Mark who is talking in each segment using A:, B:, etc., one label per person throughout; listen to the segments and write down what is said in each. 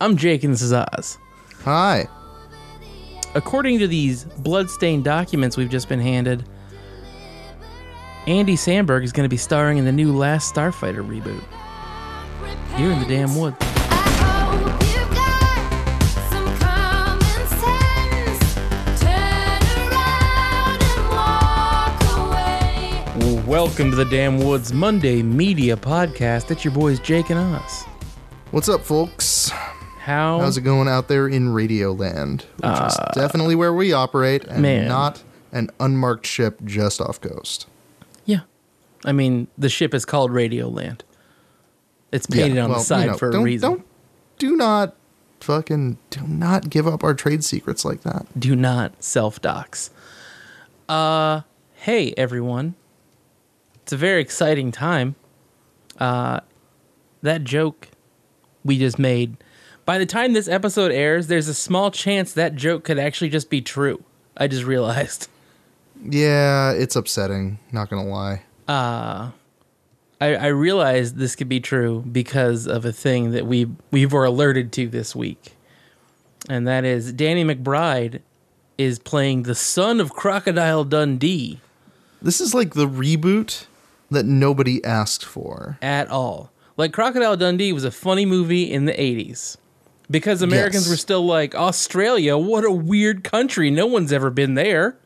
A: I'm Jake and this is Oz.
B: Hi.
A: According to these bloodstained documents we've just been handed, Andy Sandberg is going to be starring in the new Last Starfighter reboot. You're in the damn woods. Welcome to the Damn Woods Monday Media Podcast. It's your boys Jake and Oz.
B: What's up, folks?
A: How
B: How's it going out there in Radio Land? Which is definitely where we operate, and
A: Uh, man.
B: not an unmarked ship just off coast.
A: Yeah. I mean, the ship is called Radioland. It's painted on
B: well,
A: the
B: you
A: side
B: know,
A: for
B: don't-
A: a reason.
B: Don't do not fucking do not give up our trade secrets like that.
A: Do not self dox. Uh, hey, everyone. It's a very exciting time. Uh, that joke we just made. By the time this episode airs, there's a small chance that joke could actually just be true. I just realized.
B: Yeah, it's upsetting. Not gonna lie.
A: I, I realized this could be true because of a thing that we we were alerted to this week, and that is Danny McBride is playing the son of Crocodile Dundee
B: This is like the reboot that nobody asked for.
A: at all. Like Crocodile Dundee was a funny movie in the eighties because Americans
B: Yes.
A: were still like Australia. What a weird country! No one's ever been there.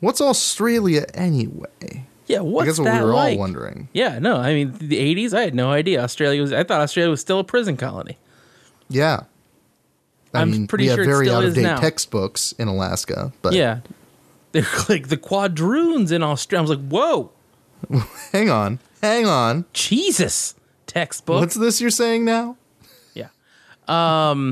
B: What's Australia anyway?
A: Yeah,
B: I
A: what's
B: guess what
A: that
B: we were
A: like?
B: all wondering.
A: Yeah, no, I mean the eighties. I had no idea Australia was. I thought Australia was still a prison colony.
B: Yeah. I
A: I'm
B: mean,
A: pretty
B: we
A: sure it
B: have very
A: still
B: out
A: is
B: of date
A: now.
B: textbooks in Alaska, but
A: Yeah. They're like the quadroons in Australia. I was like, whoa,
B: hang on, hang on.
A: Jesus. Textbook.
B: What's this you're saying now?
A: yeah.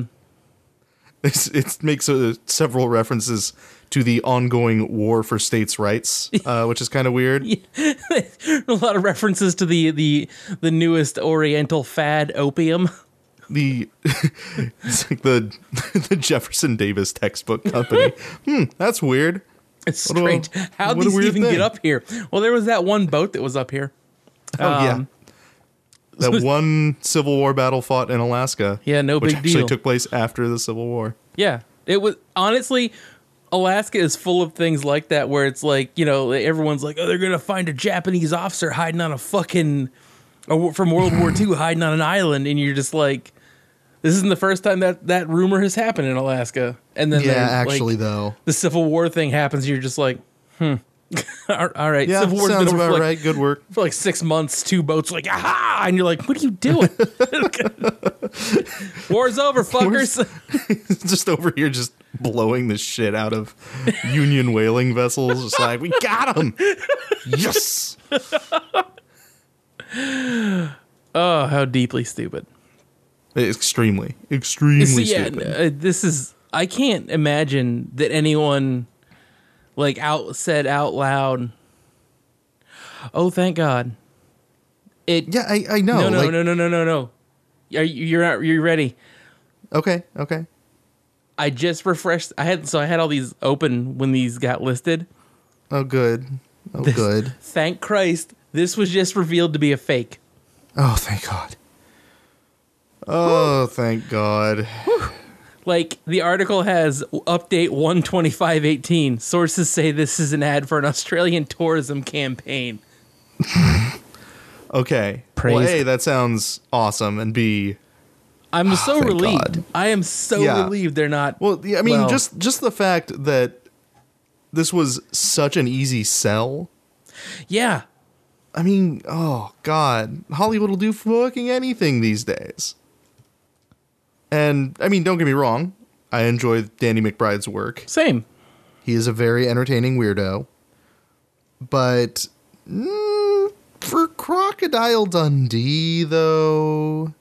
B: It's, it makes uh, several references to the ongoing war for states' rights, uh, which is kind of weird.
A: A lot of references to the the the newest Oriental fad opium.
B: The it's like the the Jefferson Davis textbook company. hmm, that's weird.
A: It's
B: What a-
A: strange. How
B: what a
A: these
B: weird
A: even
B: thing.
A: get up here? Well, there was that one boat that was up here.
B: Oh yeah,
A: Um,
B: that one Civil War battle fought in Alaska.
A: Yeah, no
B: which
A: big
B: actually
A: deal.
B: took place after the Civil War.
A: Yeah. It was honestly Alaska is full of things like that where it's like, you know, everyone's like, "Oh, they're going to find a Japanese officer hiding on a fucking or from World War II hiding on an island." And you're just like, this isn't the first time that that rumor has happened in Alaska. And then
B: Yeah,
A: they, like,
B: actually though.
A: the Civil War thing happens, and you're just like, "Hmm. all all right,
B: Yeah,
A: Civil War's
B: sounds
A: been over
B: about
A: for like,
B: right. Good work.
A: for like six months, two boats like aha, and you're like, what are you doing? War's over, fuckers.
B: just over here, just blowing the shit out of Union whaling vessels. Just like we got him. Yes.
A: Oh, how deeply stupid.
B: Extremely, extremely
A: So, yeah,
B: stupid.
A: n- uh, this is. I can't imagine that anyone, like, out said out loud. Oh, thank God! It.
B: Yeah, I, I know.
A: no, no,
B: like,
A: no, no, no, no, no. Are you, you're not. You're ready.
B: Okay, okay.
A: I just refreshed. I had so I had all these open when these got listed.
B: Oh, good. Oh, good.
A: Thank Christ, this was just revealed to be a fake.
B: Oh, thank God. Oh, thank God.
A: Like the article has update 12518. Sources say this is an ad for an Australian tourism campaign.
B: Okay. Well,
A: Praise-
B: A, that sounds awesome, and B,
A: I'm so
B: Ah, thank
A: relieved.
B: God.
A: I am so
B: Yeah.
A: relieved they're not.
B: Well, yeah, I mean,
A: Well-
B: just just the fact that this was such an easy sell.
A: yeah.
B: I mean, oh god, Hollywood will do fucking anything these days. And I mean, don't get me wrong, I enjoy Danny McBride's work.
A: Same.
B: He is a very entertaining weirdo. But mm, for Crocodile Dundee, though,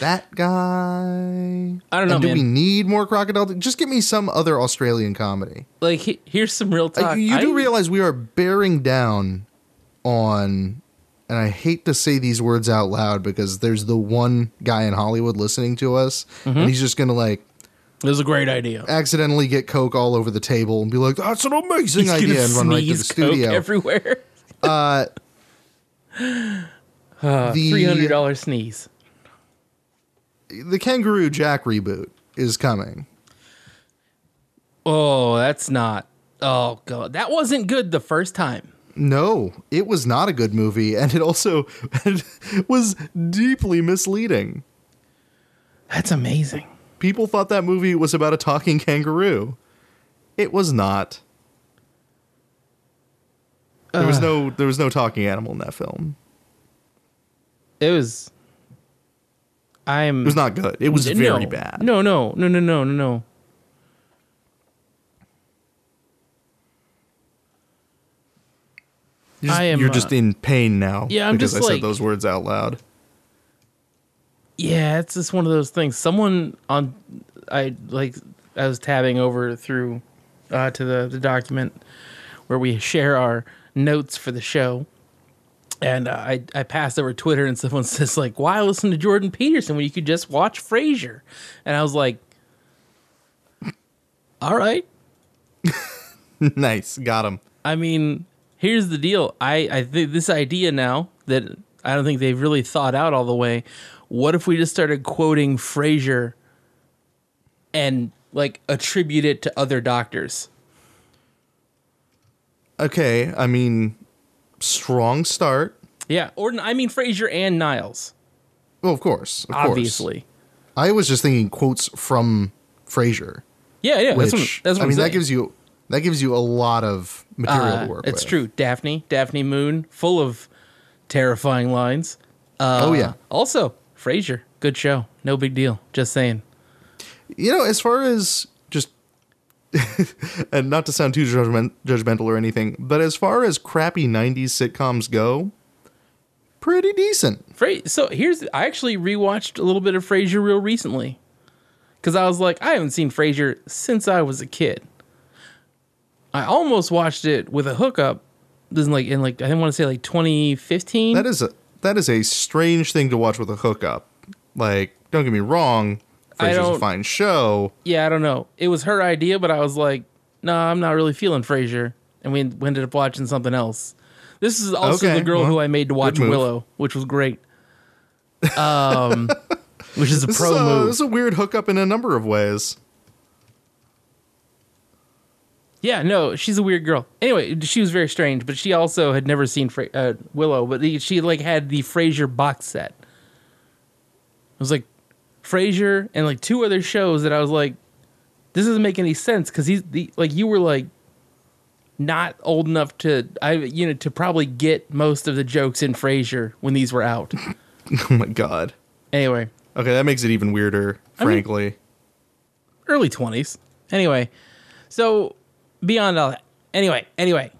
B: that guy.
A: I don't know,
B: And do
A: man.
B: we need more Crocodile? Dun- Just give me some other Australian comedy.
A: Like he- here's some real
B: Uh,
A: talk.
B: you do
A: I-
B: realize we are bearing down on, and I hate to say these words out loud because there's the one guy in Hollywood listening to us,
A: Mm-hmm.
B: and he's just gonna like
A: It was a great idea.
B: accidentally get coke all over the table and be like, "That's an amazing
A: He's
B: idea,"
A: gonna
B: and run right to the
A: sneeze coke
B: studio. Uh,
A: everywhere.
B: the
A: Uh, Three hundred dollar sneeze.
B: the Kangaroo Jack reboot is coming.
A: Oh, that's not. Oh god, that wasn't good the first time.
B: No, it was not a good movie, and it also was deeply misleading.
A: That's amazing.
B: People thought that movie was about a talking kangaroo. It was not. There
A: Uh.
B: was no there was no talking animal in that film.
A: It was. I'm.
B: It was not good. It was very
A: no.
B: bad.
A: No, no, no, no, no, no, no.
B: You're just,
A: I am,
B: you're just
A: uh,
B: in pain now.
A: Yeah, I'm
B: because
A: just
B: I
A: like-
B: said those words out loud.
A: Yeah, it's just one of those things. Someone on, I like, I was tabbing over through, uh, to the the document where we share our notes for the show, and uh, I I passed over Twitter and someone says like, "Why listen to Jordan Peterson when you could just watch Frasier?" And I was like, "All right."
B: nice, got him.
A: I mean, here's the deal. I, I think this idea now that I don't think they've really thought out all the way. What if we just started quoting Frasier and like attribute it to other doctors?
B: Okay, I mean, strong start.
A: Yeah, or I mean Frasier and Niles,
B: Well, of course, of course.
A: obviously.
B: I was just thinking quotes from Frasier,
A: Yeah, yeah,
B: which
A: that's what, that's what
B: I mean
A: am
B: that gives you that gives you a lot of material to work
A: Uh,
B: with.
A: It's true. Daphne, Daphne Moon, full of terrifying lines. Uh,
B: Oh, yeah.
A: Also, Frasier, good show. No big deal. Just saying.
B: You know, as far as just and not to sound too judgment, judgmental or anything, but as far as crappy '90s sitcoms go, pretty decent.
A: Fra- so here's I actually rewatched a little bit of Frasier real recently because I was like I haven't seen Frasier since I was a kid. I almost watched it with a hookup. This is like in like I didn't want to say like 2015.
B: That is a that is a strange thing to watch with a hookup. Like, don't get me wrong,
A: I
B: Frasier's
A: don't-
B: a fine show.
A: yeah, I don't know. It was her idea, but I was like, no, I'm not really feeling Frasier, and we we ended up watching something else. This is also
B: Okay,
A: the girl
B: well,
A: who I made to watch
B: move.
A: Willow, which was great. Um, which is a
B: This
A: pro
B: is uh, a,
A: move.
B: this is a weird hookup in a number of ways.
A: Yeah, no, she's a weird girl. Anyway, she was very strange, but she also had never seen Fra- uh, Willow, but he- she like had the Frasier box set. It was like Frasier and like two other shows that I was like, this doesn't make any sense because he's the like you were like not old enough to I you know to probably get most of the jokes in Frasier when these were out.
B: Oh my god.
A: anyway,
B: Okay, that makes it even weirder,
A: mean-
B: frankly.
A: early 20s. Anyway, so beyond all that. Anyway, anyway,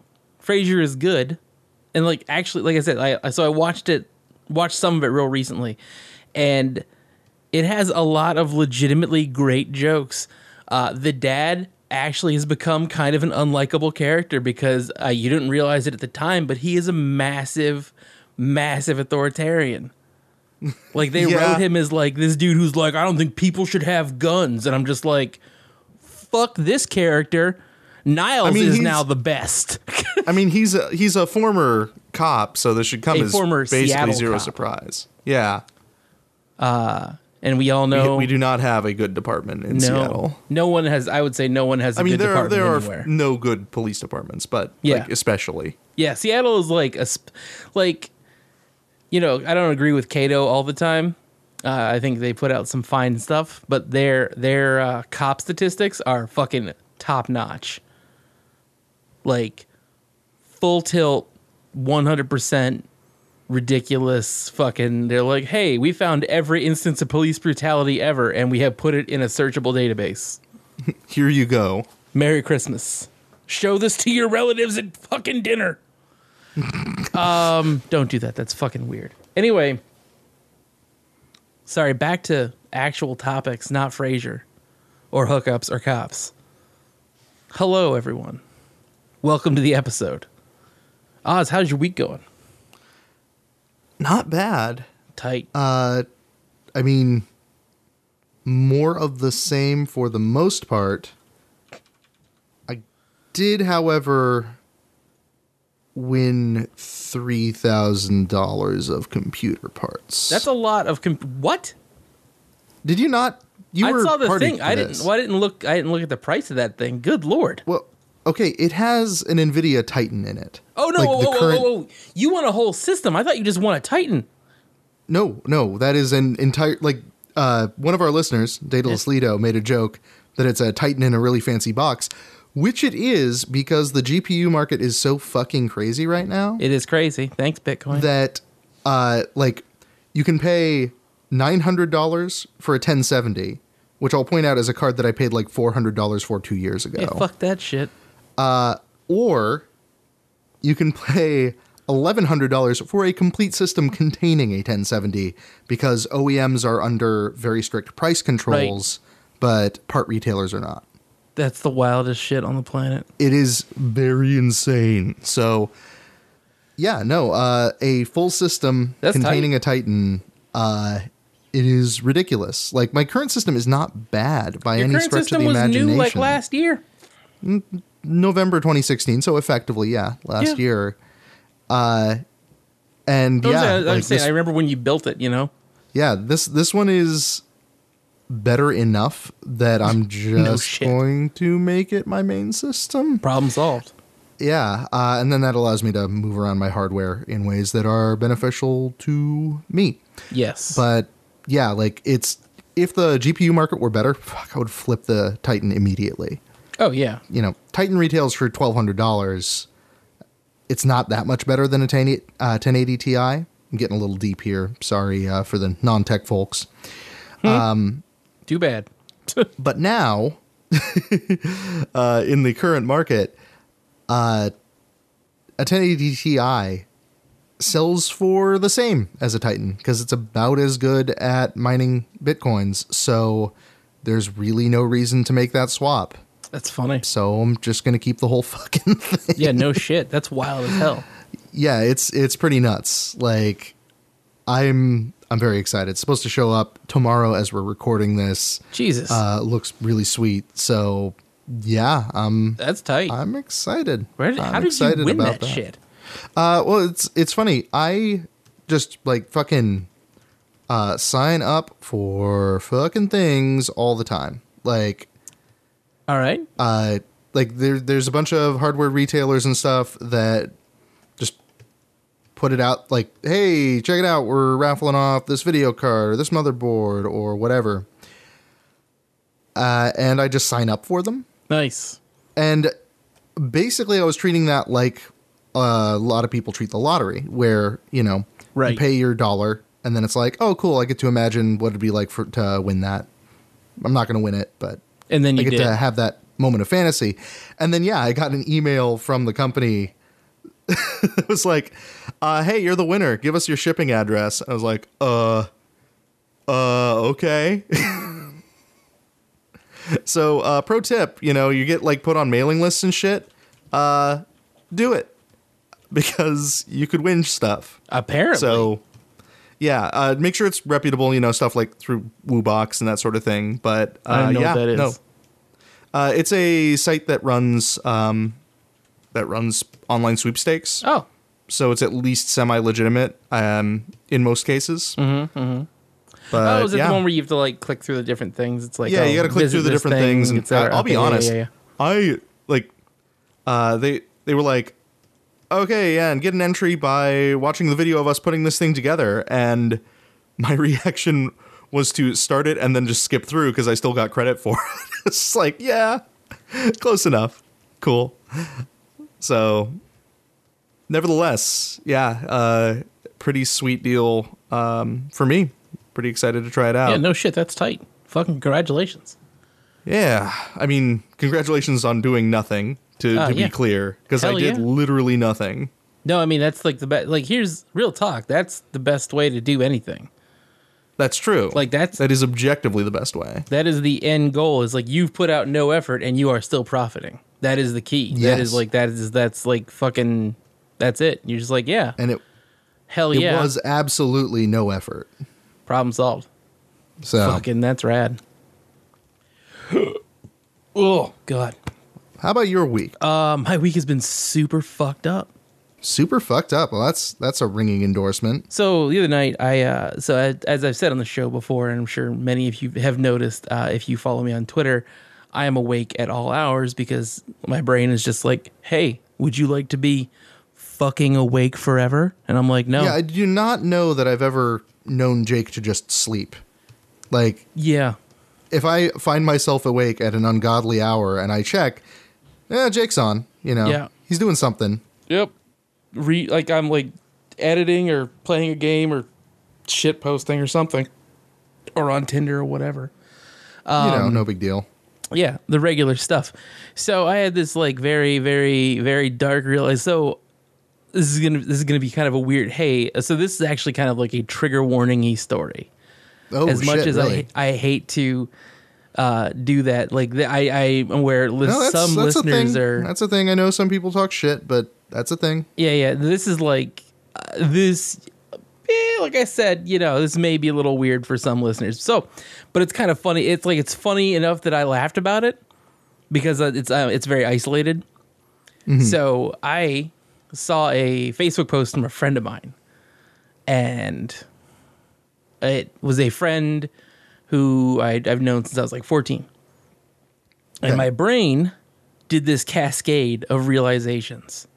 A: Frasier is good. And like actually like I said, I I- so I watched it watched some of it real recently and it has a lot of legitimately great jokes. Uh, the dad actually has become kind of an unlikable character because uh, you didn't realize it at the time, but he is a massive, massive authoritarian. Like they
B: Yeah.
A: wrote him as like this dude who's like, I don't think people should have guns, and I'm just like, fuck this character. Niles
B: mean,
A: is
B: he's-
A: now the best.
B: I mean, he's a he's a former cop, so this should come
A: A
B: as
A: former
B: basically
A: Seattle
B: zero
A: cop.
B: surprise. Yeah,
A: and we all know
B: we do not have a good department in
A: no,
B: Seattle.
A: no one has. I would say no one has. I
B: I mean,
A: good
B: there are
A: department
B: there are
A: anywhere.
B: no good police departments, but
A: Yeah.
B: like especially
A: Yeah, Seattle is like a, sp- like, you know, I don't agree with Cato all the time. Uh, I think they put out some fine stuff, but their their uh, cop statistics are fucking top notch. Like, full tilt, one hundred percent, ridiculous. Fucking, they're like, hey, we found every instance of police brutality ever, and we have put it in a searchable database.
B: here you go.
A: Merry Christmas. Show this to your relatives at fucking dinner. um, don't do that. That's fucking weird. Anyway, sorry, back to actual topics, not Frasier or hookups or cops. Hello, everyone. Welcome to the episode. Oz, how's your week going?
B: Not bad.
A: Tight.
B: Uh, I mean, more of the same for the most part. I did, however, win three thousand dollars of computer parts.
A: That's a lot of. Comp- what?
B: Did you not? You
A: I
B: were
A: saw the
B: party
A: thing.
B: to
A: I
B: this.
A: didn't. Well, I didn't look. I didn't look at the price of that thing. Good lord.
B: Well, okay, it has an NVIDIA Titan in it.
A: Oh no!
B: Like,
A: whoa,
B: the
A: whoa, whoa,
B: current-
A: whoa, whoa! You want a whole system? I thought you just want a Titan.
B: No, no, that is an entire like uh, one of our listeners, Daedalus Lido, made a joke that it's a Titan in a really fancy box, which it is because the GPU market is so fucking crazy right now
A: It is crazy. Thanks, Bitcoin.
B: that uh, like you can pay nine hundred dollars for a ten seventy, which I'll point out is a card that I paid like four hundred dollars for two years ago,
A: yeah, fuck that shit.
B: or you can pay. $1100 for a complete system containing a 1070 because OEMs are under very strict price controls but part retailers are not.
A: That's the wildest shit on the planet.
B: It is very insane. So yeah, no, uh a full system
A: That's
B: containing a Titan uh it is ridiculous. Like my current system is not bad by
A: Your
B: any
A: current
B: stretch of
A: system
B: the
A: was
B: imagination.
A: new like last year.
B: November 2016, so effectively, yeah, last
A: Yeah.
B: year. Uh and
A: I'm
B: yeah,
A: saying- I'm
B: like,
A: saying,
B: this-
A: I remember when you built it. You know,
B: yeah this this one is better enough that i'm just
A: shit.
B: going to make it my main system
A: problem solved.
B: yeah uh, and then that allows me to move around my hardware in ways that are beneficial to me
A: Yes,
B: but yeah like it's if the gpu market were better fuck, i would flip the titan immediately
A: oh yeah,
B: you know titan retails for $1200 it's not that much better than a 10, uh, 1080 ti i'm getting a little deep here sorry uh, for the non-tech folks
A: too bad.
B: But now, uh, in the current market, uh, a 1080 Ti sells for the same as a Titan because it's about as good at mining bitcoins. So there's really no reason to make that swap.
A: That's funny.
B: So I'm just gonna keep the whole fucking thing.
A: Yeah, no shit. That's wild as hell.
B: Yeah, it's it's pretty nuts. Like, I'm I'm very excited. It's supposed to show up tomorrow as we're recording this.
A: Jesus,
B: Uh, looks really sweet. So yeah, um,
A: that's tight.
B: I'm excited.
A: Where did,
B: I'm
A: how did you win that, shit?
B: Uh, well, it's it's funny. I just like fucking uh, sign up for fucking things all the time. Like
A: All right,
B: uh, like there there's a bunch of hardware retailers and stuff that just put it out like, hey, check it out, we're raffling off this video card or this motherboard or whatever. Uh, and I just sign up for them.
A: nice.
B: And basically, I was treating that like a lot of people treat the lottery, where you know
A: Right.
B: you pay your dollar, and then it's like, oh, cool, I get to imagine what it'd be like for to win that. I'm not going to win it, but
A: And then
B: I
A: you
B: get
A: did.
B: to have that moment of fantasy. And then yeah, I got an email from the company. it was like, uh, "Hey, you're the winner. Give us your shipping address." I was like, "Uh, uh, okay." so, uh, pro tip: you know, you get like put on mailing lists and shit. Uh, do it because you could win stuff.
A: Apparently,
B: So, yeah, uh, make sure it's reputable, you know, stuff like through WooBox and that sort of thing. But uh,
A: I don't know
B: yeah,
A: what that is.
B: no, uh, it's a site that runs um, that runs online sweepstakes,
A: Oh,
B: so it's at least semi-legitimate um, in most cases. Mm-hmm, But
A: oh, is it
B: Uh, yeah,
A: the one where you have to like click through the different things? It's like
B: yeah,
A: oh,
B: you got to click
A: visit
B: through the
A: this
B: different
A: thing,
B: things. And
A: et cetera.
B: I'll be
A: Okay, yeah,
B: honest,
A: yeah, yeah.
B: I like uh, they they were like, okay, yeah, and get an entry by watching the video of us putting this thing together, and my reaction was to start it and then just skip through because I still got credit for it. it's just like, yeah, close enough, cool. So, nevertheless, yeah, uh, pretty sweet deal um, for me. Pretty excited to try it out.
A: Yeah, no shit. That's tight. Fucking congratulations.
B: Yeah, I mean, congratulations on doing nothing. To,
A: Ah,
B: to
A: yeah.
B: be clear, because I
A: Hell
B: did
A: yeah.
B: literally nothing.
A: No, I mean that's like the best. Like here's real talk. That's the best way to do anything.
B: That's true.
A: Like that's
B: that is objectively the best way.
A: that is the end goal. Is like you've put out no effort and you are still profiting. That is the key. That
B: Yes.
A: is like that is that's like fucking. That's it. You're just like yeah,
B: And it
A: hell
B: it
A: yeah.
B: was absolutely no effort.
A: Problem solved.
B: So
A: Fucking that's rad. oh god.
B: how about your week?
A: Uh, my week has been super fucked up.
B: super fucked up. Well, that's that's a ringing endorsement.
A: So the other night, I uh, so I, as I've said on the show before, and I'm sure many of you have noticed uh, if you follow me on Twitter, I am awake at all hours because my brain is just like, "Hey, would you like to be fucking awake forever?" And I'm like, "No,
B: Yeah, I do not know that I've ever known Jake to just sleep. Like
A: yeah,
B: if I find myself awake at an ungodly hour and I check, yeah, Jake's on. You know,
A: Yeah.
B: he's doing something.
A: Yep. Re like I'm like editing or playing a game or shit posting or something. Or on Tinder or whatever.
B: you know,
A: Um,
B: no big deal.
A: Yeah, the regular stuff. So I had this like very, very, very dark realize so this is gonna this is gonna be kind of a weird hey. So this is actually kind of like a trigger warning story.
B: Oh
A: as
B: shit,
A: much as
B: really?
A: I I hate to uh, do that, like the, I I am aware lis-
B: No, that's,
A: some
B: that's a
A: listeners
B: thing.
A: are
B: That's a thing. I know some people talk shit, but that's a thing.
A: Yeah, yeah. This is like uh, this. eh, like I said, you know, this may be a little weird for some listeners. So, but it's kind of funny. It's like it's funny enough that I laughed about it because uh, it's uh, it's very isolated. So I saw a Facebook post from a friend of mine, and it was a friend who I, I've known since I was like fourteen, and
B: Okay.
A: my brain did this cascade of realizations.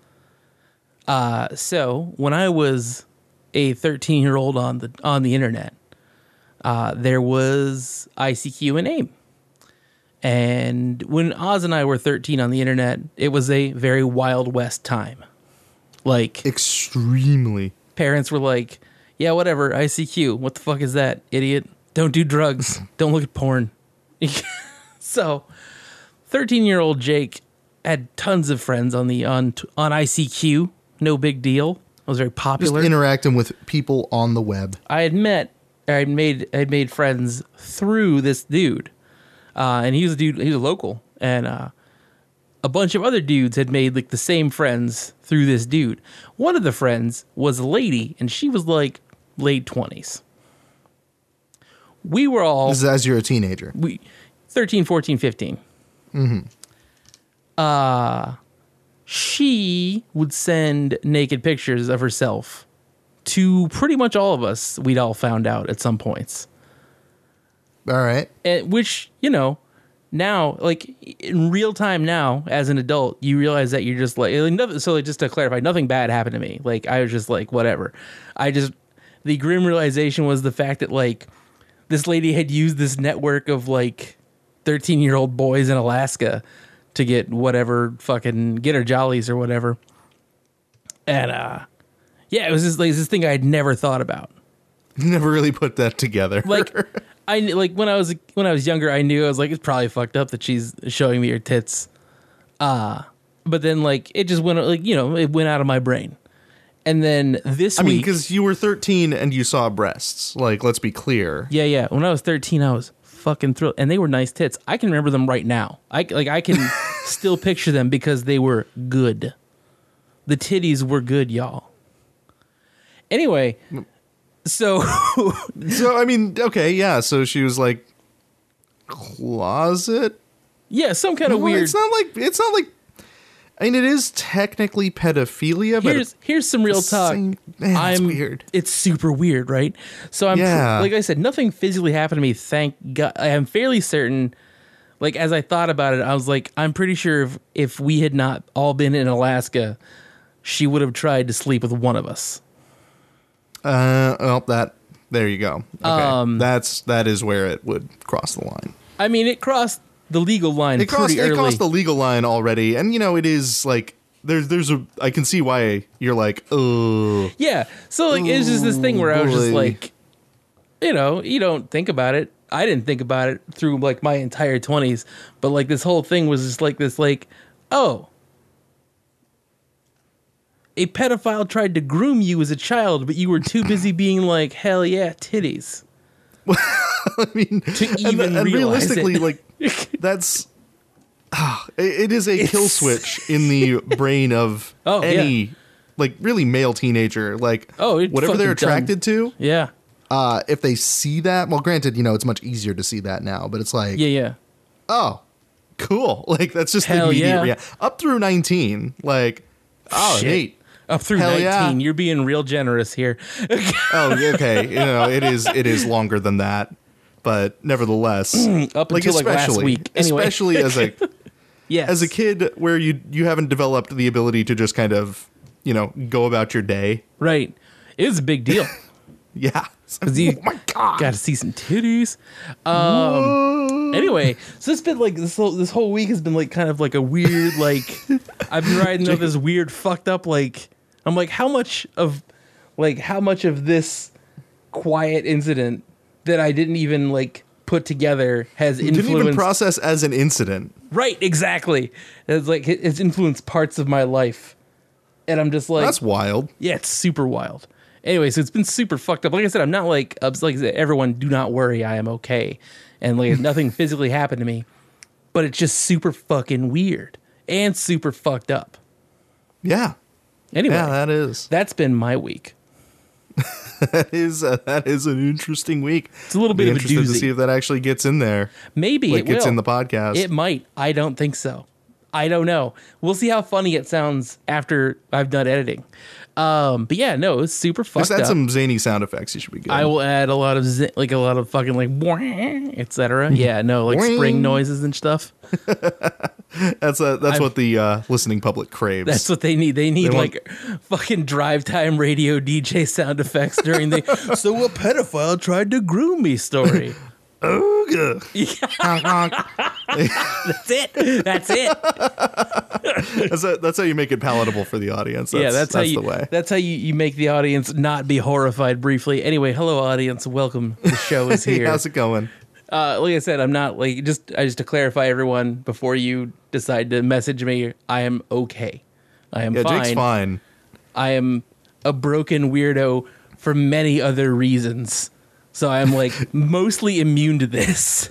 A: Uh, so when I was a 13 year old on the on the internet, uh, there was ICQ and AIM. And when Oz and I were 13 on the internet, it was a very wild west time. Like
B: Extremely.
A: parents were like, "Yeah, whatever, ICQ. What the fuck is that, idiot? Don't do drugs. Don't look at porn." so, thirteen-year-old Jake had tons of friends on the on on ICQ. No big deal. It was very
B: Just
A: popular.
B: interacting with people on the web.
A: I had met, I had made, I had made friends through this dude, uh, and he was a dude. He was a local, and uh, a bunch of other dudes had made like the same friends through this dude. One of the friends was a lady, and she was like late twenties. We were all
B: This is as you're a teenager.
A: we 13 14 15 mm-hmm. uh she would send naked pictures of herself to pretty much all of us we'd all found out at some points
B: All right.
A: and eh, which you know now like in real time now as an adult you realize that you're just like like, nothing- so like, just to clarify nothing bad happened to me like i was just like whatever i just the grim realization was the fact that like this lady had used this network of like 13 year old boys in alaska to get whatever fucking get her jollies or whatever and uh yeah it was just like this thing i had never thought about
B: Never really put that together.
A: like I kn- like when I was when I was younger, I knew I was like it's probably fucked up that she's showing me her tits. Uh but then like it just went like you know it went out of my brain, and then this
B: I mean,
A: week,
B: because you were 13 and you saw breasts. Like, let's be clear.
A: yeah, yeah, when I was thirteen, I was fucking thrilled, and they were nice tits. I can remember them right now. I c- like I can still picture them because they were good. The titties were good, y'all. Anyway, so
B: So, I mean, okay, yeah. So she was like, closet?
A: yeah, some kind of
B: Well,
A: weird.
B: It's not like, it's not like, I mean, it is technically pedophilia, but
A: here's here's some real
B: the
A: talk.
B: same- man, that's
A: I'm
B: weird.
A: It's super weird, right? So I'm
B: Yeah.
A: like I said, nothing physically happened to me. Thank God. I am fairly certain. Like as I thought about it, I was like, I'm pretty sure if, if we had not all been in Alaska, she would have tried to sleep with one of us.
B: uh, well, that, there you go. Okay.
A: Um,
B: That's, that is where it would cross the line.
A: I mean, it crossed the legal line
B: it crossed
A: pretty
B: it
A: early.
B: crossed the legal line already, and you know it is like there's there's a I can see why you're like oh
A: Yeah. So like it's just this thing where I was just
B: Mm, boy.
A: like, you know, you don't think about it. I didn't think about it through like my entire twenties, but like this whole thing was just like this, like, oh, a pedophile tried to groom you as a child, but you were too busy being like, hell yeah, titties.
B: I mean and,
A: even
B: and
A: realize it.
B: realistically like that's ah, it it is a kill
A: It's-
B: switch in the brain of
A: Oh, yeah.
B: any like really male teenager like
A: Oh, it's
B: whatever they're
A: fucking dumb.
B: attracted to
A: Yeah,
B: uh if they see that well granted you know it's much easier to see that now but it's like
A: yeah, yeah.
B: oh cool like that's just
A: Hell
B: the immediate
A: yeah.
B: rea- up through 19 like oh
A: Shit.
B: neat
A: Up through
B: Hell
A: 19.
B: yeah.
A: You're being real generous here.
B: Oh, okay. You know, it is it is longer than that, but nevertheless,
A: Up until like last
B: especially-
A: week. Anyway,
B: especially as a
A: yes.
B: as a kid where you you haven't developed the ability to just kind of you know go about your day.
A: Right. It was a big deal.
B: Yeah. It's like,
A: 'Cause you-
B: oh my god.
A: Got to see some titties. Um, anyway, so it's been like this whole, this whole week has been like kind of like a weird like I've been riding up this weird fucked up like I'm like how much of like how much of this quiet incident that I didn't even like put together has
B: Didn't even
A: influenced
B: process as an incident.
A: right exactly it's like it- it's influenced parts of my life and I'm just like
B: That's wild.
A: yeah, it's super wild. Anyway, so it's been super fucked up. Like I said, I'm not like ups. Like I said, everyone, do not worry, I am okay, and like nothing physically happened to me. But it's just super fucking weird and super fucked up.
B: Yeah.
A: Anyway,
B: Yeah, that is.
A: that's been my week.
B: That is uh, that is an interesting week. It's
A: a little bit
B: Be
A: of a
B: interested to
A: doozy.
B: see if that actually gets in there.
A: Maybe
B: Like
A: it
B: gets
A: will.
B: in the podcast.
A: It might. I don't think so. I don't know. We'll see how funny it sounds after I've done editing. Um, but yeah, no, it's super fucked
B: Just add
A: up.
B: some zany sound effects. You should be good.
A: I will add a lot of zi- like a lot of fucking like etc. Yeah, no, like spring
B: Boing.
A: noises and stuff.
B: that's uh that's what the uh, listening public craves.
A: That's what they need. They need
B: They want-
A: like fucking drive time radio DJ sound effects during the so a pedophile tried to groom me story.
B: Ooga. Honk, honk.
A: That's it. That's it.
B: that's, how- that's how you make it palatable for the audience. That's,
A: yeah, that's, how you,
B: the way.
A: That's how you, you make the audience not be horrified briefly. Anyway, hello audience, welcome. The show is
B: Hey,
A: here.
B: how's it going?
A: uh, like I said, I'm not like just I just to clarify everyone before you decide to message me, I am okay. I am
B: Yeah,
A: fine.
B: Jake's fine.
A: I am a broken weirdo for many other reasons. So I'm like mostly immune to this.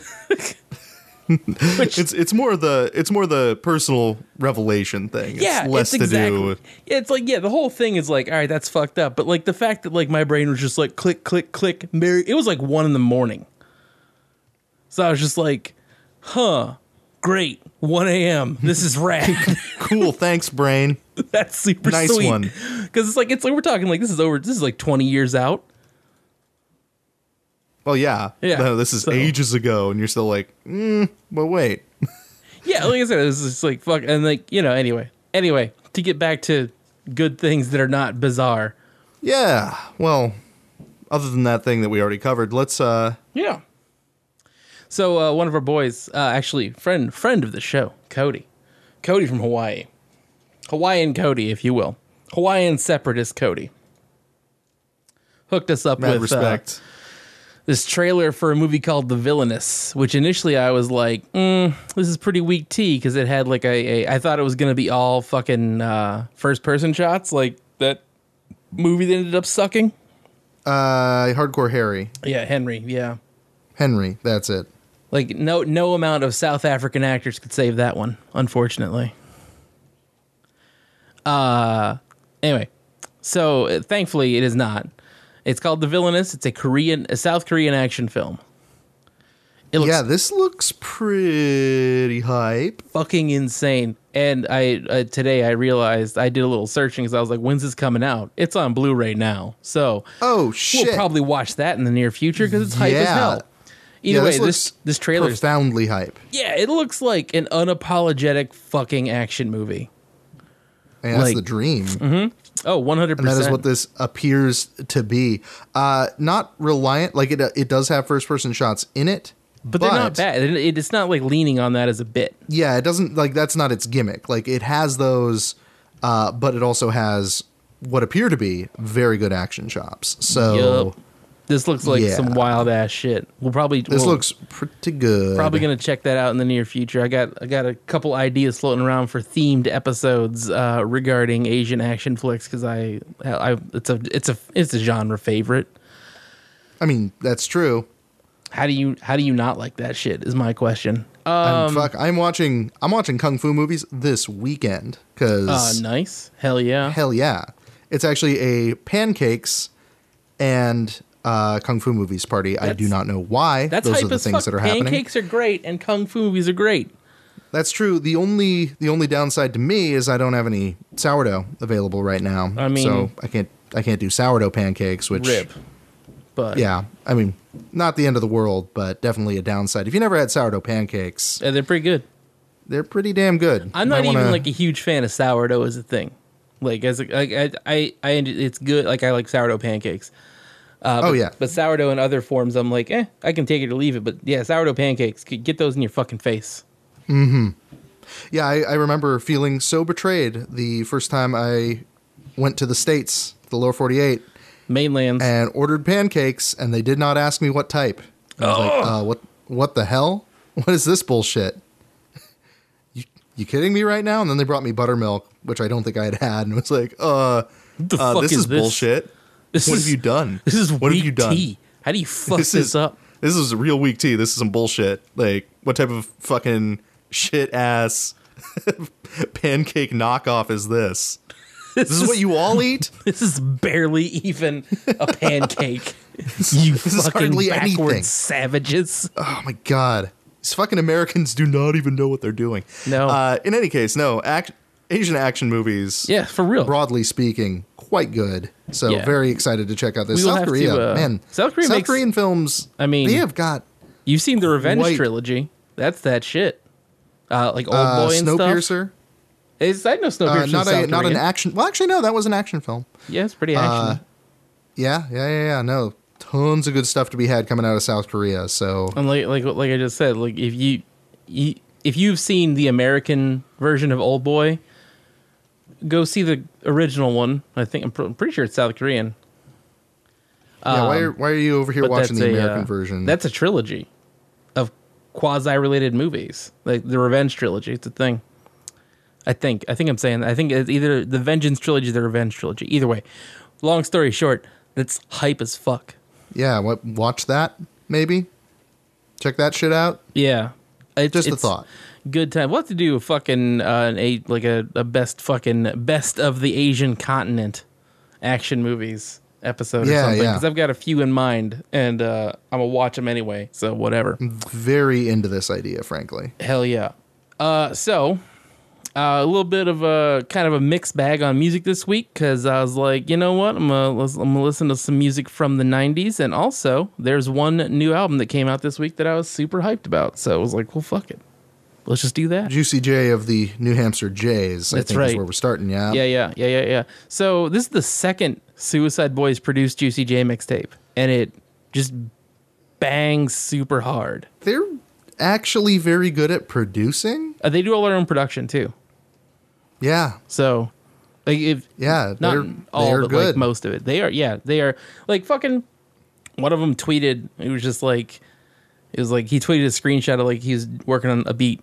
B: It's it's more the it's more the personal revelation thing.
A: yeah,
B: it's less
A: it's exactly.
B: to do with
A: Yeah, it's like yeah, the whole thing is like, all right, that's fucked up. But like the fact that like my brain was just like click, click, click. Mary, it was like one in the morning. So I was just like, huh, great, one a.m. This is rad.
B: cool. Thanks, brain.
A: that's super
B: Nice
A: sweet.
B: one.
A: Because it's like it's like we're talking like this is over. This is like twenty years out.
B: Well, yeah,
A: Yeah,
B: No, this is
A: so-
B: ages ago, and you're still like, mm, but wait,
A: Yeah, like I said, it's just like fuck, and like you know. Anyway, anyway, to get back to good things that are not bizarre.
B: yeah. Well, other than that thing that we already covered, let's uh,
A: Yeah. So uh, one of our boys, uh, actually friend friend of the show, Cody, Cody from Hawaii, Hawaiian Cody, if you will, Hawaiian separatist Cody, hooked us up
B: mad
A: with uh,
B: respect.
A: this trailer for a movie called The Villainous, which initially I was like, mm, this is pretty weak tea because it had like a, a, I thought it was going to be all fucking uh, first person shots like that movie that ended up sucking.
B: Uh, hardcore Harry
A: Yeah, Henry. Yeah.
B: Henry. That's it.
A: Like no no amount of South African actors could save that one, unfortunately. Uh anyway, so uh, thankfully it is not. It's called The Villainous. It's a Korean a South Korean action film. It looks
B: Yeah, this looks pretty hype.
A: fucking insane. And I uh, today I realized I did a little searching cuz I was like when's this coming out? It's on Blu-ray now. So
B: Oh
A: we'll
B: shit!
A: probably watch that in the near future cuz it's hype as
B: Yeah.
A: hell. Either
B: Yeah,
A: way,
B: this
A: this
B: looks
A: this, trailer is
B: profoundly hype.
A: Yeah, it looks like an unapologetic fucking action movie.
B: And that's
A: Like-
B: the dream.
A: Oh, 100%.
B: And that is what this appears to be. Uh, not reliant, like it. uh, It does have first person shots in it,
A: but they're not bad. It- it- it's not like leaning on that as a bit.
B: Yeah, it doesn't like that's not its gimmick. Like it has those, uh, but it also has what appear to be very good action chops. So
A: Yup. This looks like
B: Oh. Yeah.
A: some wild ass shit. We'll probably
B: this
A: we'll
B: looks pretty good.
A: probably going to check that out in the near future. I got I got a couple ideas floating around for themed episodes uh, regarding Asian action flicks cuz I, I it's a it's a it's a genre favorite.
B: I mean, that's true.
A: How do you how do you not like that shit is my question. Uh,
B: I'm, fuck, I'm watching. I'm watching kung fu movies this weekend because
A: uh nice. Hell yeah.
B: hell yeah, it's actually a pancakes and uh, kung fu movies party. I do
A: That's-
B: not know why.
A: That's
B: those
A: hype
B: are the
A: as
B: things
A: fuck.
B: that are happening.
A: Pancakes are great and kung fu movies are great.
B: That's true. The only the only downside to me is I don't have any sourdough available right now.
A: I mean-
B: so I can't I can't do sourdough pancakes, which
A: Rip. But
B: yeah, I mean, not the end of the world, but definitely a downside. If you never had sourdough pancakes,
A: yeah, uh, they're pretty good.
B: they're pretty damn good.
A: I'm not
B: Might wanna-
A: even like a huge fan of sourdough as a thing. Like as a, like I, I I it's good. Like I like sourdough pancakes,
B: oh yeah,
A: uh, but sourdough in other forms, I'm like, eh, I can take it or leave it. But yeah, sourdough pancakes, g- get those in your fucking face.
B: yeah. I, I remember feeling so betrayed the first time I went to the states, the lower 48,
A: Mainlands.
B: and ordered pancakes, and they did not ask me what type. I was
A: Oh.
B: like, uh, what what the hell? What is this bullshit? You you kidding me right now? And then they brought me buttermilk, which I don't think I had had, and was like, uh,
A: the
B: uh
A: fuck
B: this
A: is
B: is,
A: this?
B: bullshit.
A: This
B: what
A: is-
B: have you done?
A: This is
B: what
A: weak
B: have you done?
A: tea. How do you fuck this,
B: is
A: up?
B: This is real weak tea. This is some bullshit. Like, what type of fucking shit ass pancake knockoff is this? This is what you all eat.
A: This is barely even a pancake. you
B: is
A: fucking
B: hardly
A: backwards
B: anything.
A: savages.
B: Oh my god, these fucking Americans do not even know what they're doing.
A: No.
B: Uh, in any case, no. Act- Asian action movies,
A: Yeah, for real.
B: broadly speaking, quite good. So
A: Yeah.
B: very excited to check out this
A: We will
B: South
A: have to,
B: Korea.
A: uh,
B: Man,
A: South Korea makes-
B: Korean films.
A: I mean-
B: they have got
A: You've seen the Revenge
B: Quite-
A: trilogy. That's that shit. Uh, like Old
B: uh,
A: Boy and stuff.
B: Snowpiercer.
A: Is I know
B: Uh,
A: Snowpiercer.
B: not a,
A: South
B: not an uh,
A: Korean.
B: action. Well, actually, no, that was an action film.
A: Yeah, it's pretty action.
B: Yeah, yeah, yeah, yeah. No, tons of good stuff to be had coming out of South Korea. So
A: and like like like I just said, like if you, you if you've seen the American version of Old Boy, go see the original one. I think I'm, pr- I'm pretty sure it's South Korean.
B: yeah, why are, why are you over here
A: Um, But
B: watching
A: that's
B: the
A: a,
B: American
A: uh,
B: version?
A: That's a trilogy of quasi-related movies, like the Revenge trilogy. It's a thing. I think. I think I'm saying. I think it's either the Vengeance trilogy, or the Revenge trilogy. Either way, long story short, that's hype as fuck.
B: yeah. What, watch that maybe. Check that shit out.
A: Yeah, it's,
B: Just a
A: it's
B: thought.
A: Good time. We'll have to do a fucking uh, an eight like a, a best fucking best of the Asian continent action movies episode or
B: Yeah,
A: something
B: yeah.
A: because I've got a few in mind and uh, I'm gonna watch them anyway. So whatever.
B: Mm. Very into this idea, frankly.
A: Hell yeah. Uh, so, uh, a little bit of a kind of a mixed bag on music this week because I was like, you know what? I'm going to I'm gonna listen to some music from the 90s. And also, there's one new album that came out this week that I was super hyped about. So I was like, well, fuck it. Let's just do that.
B: Juicy J of the New Hampshire Jays. I
A: That's
B: think is
A: right.
B: where we're starting. Yeah.
A: Yeah, yeah, yeah, yeah, yeah. So this is the second Suicide Boys produced Juicy J mixtape, and it just bangs super hard.
B: They're actually very good at producing.
A: Uh, they do all their own production too.
B: Yeah.
A: So, like, if
B: Yeah.
A: not
B: they're,
A: all
B: they're
A: but
B: good.
A: like most of it they are yeah they are like fucking one of them tweeted it was just like it was like he tweeted a screenshot of like he was working on a beat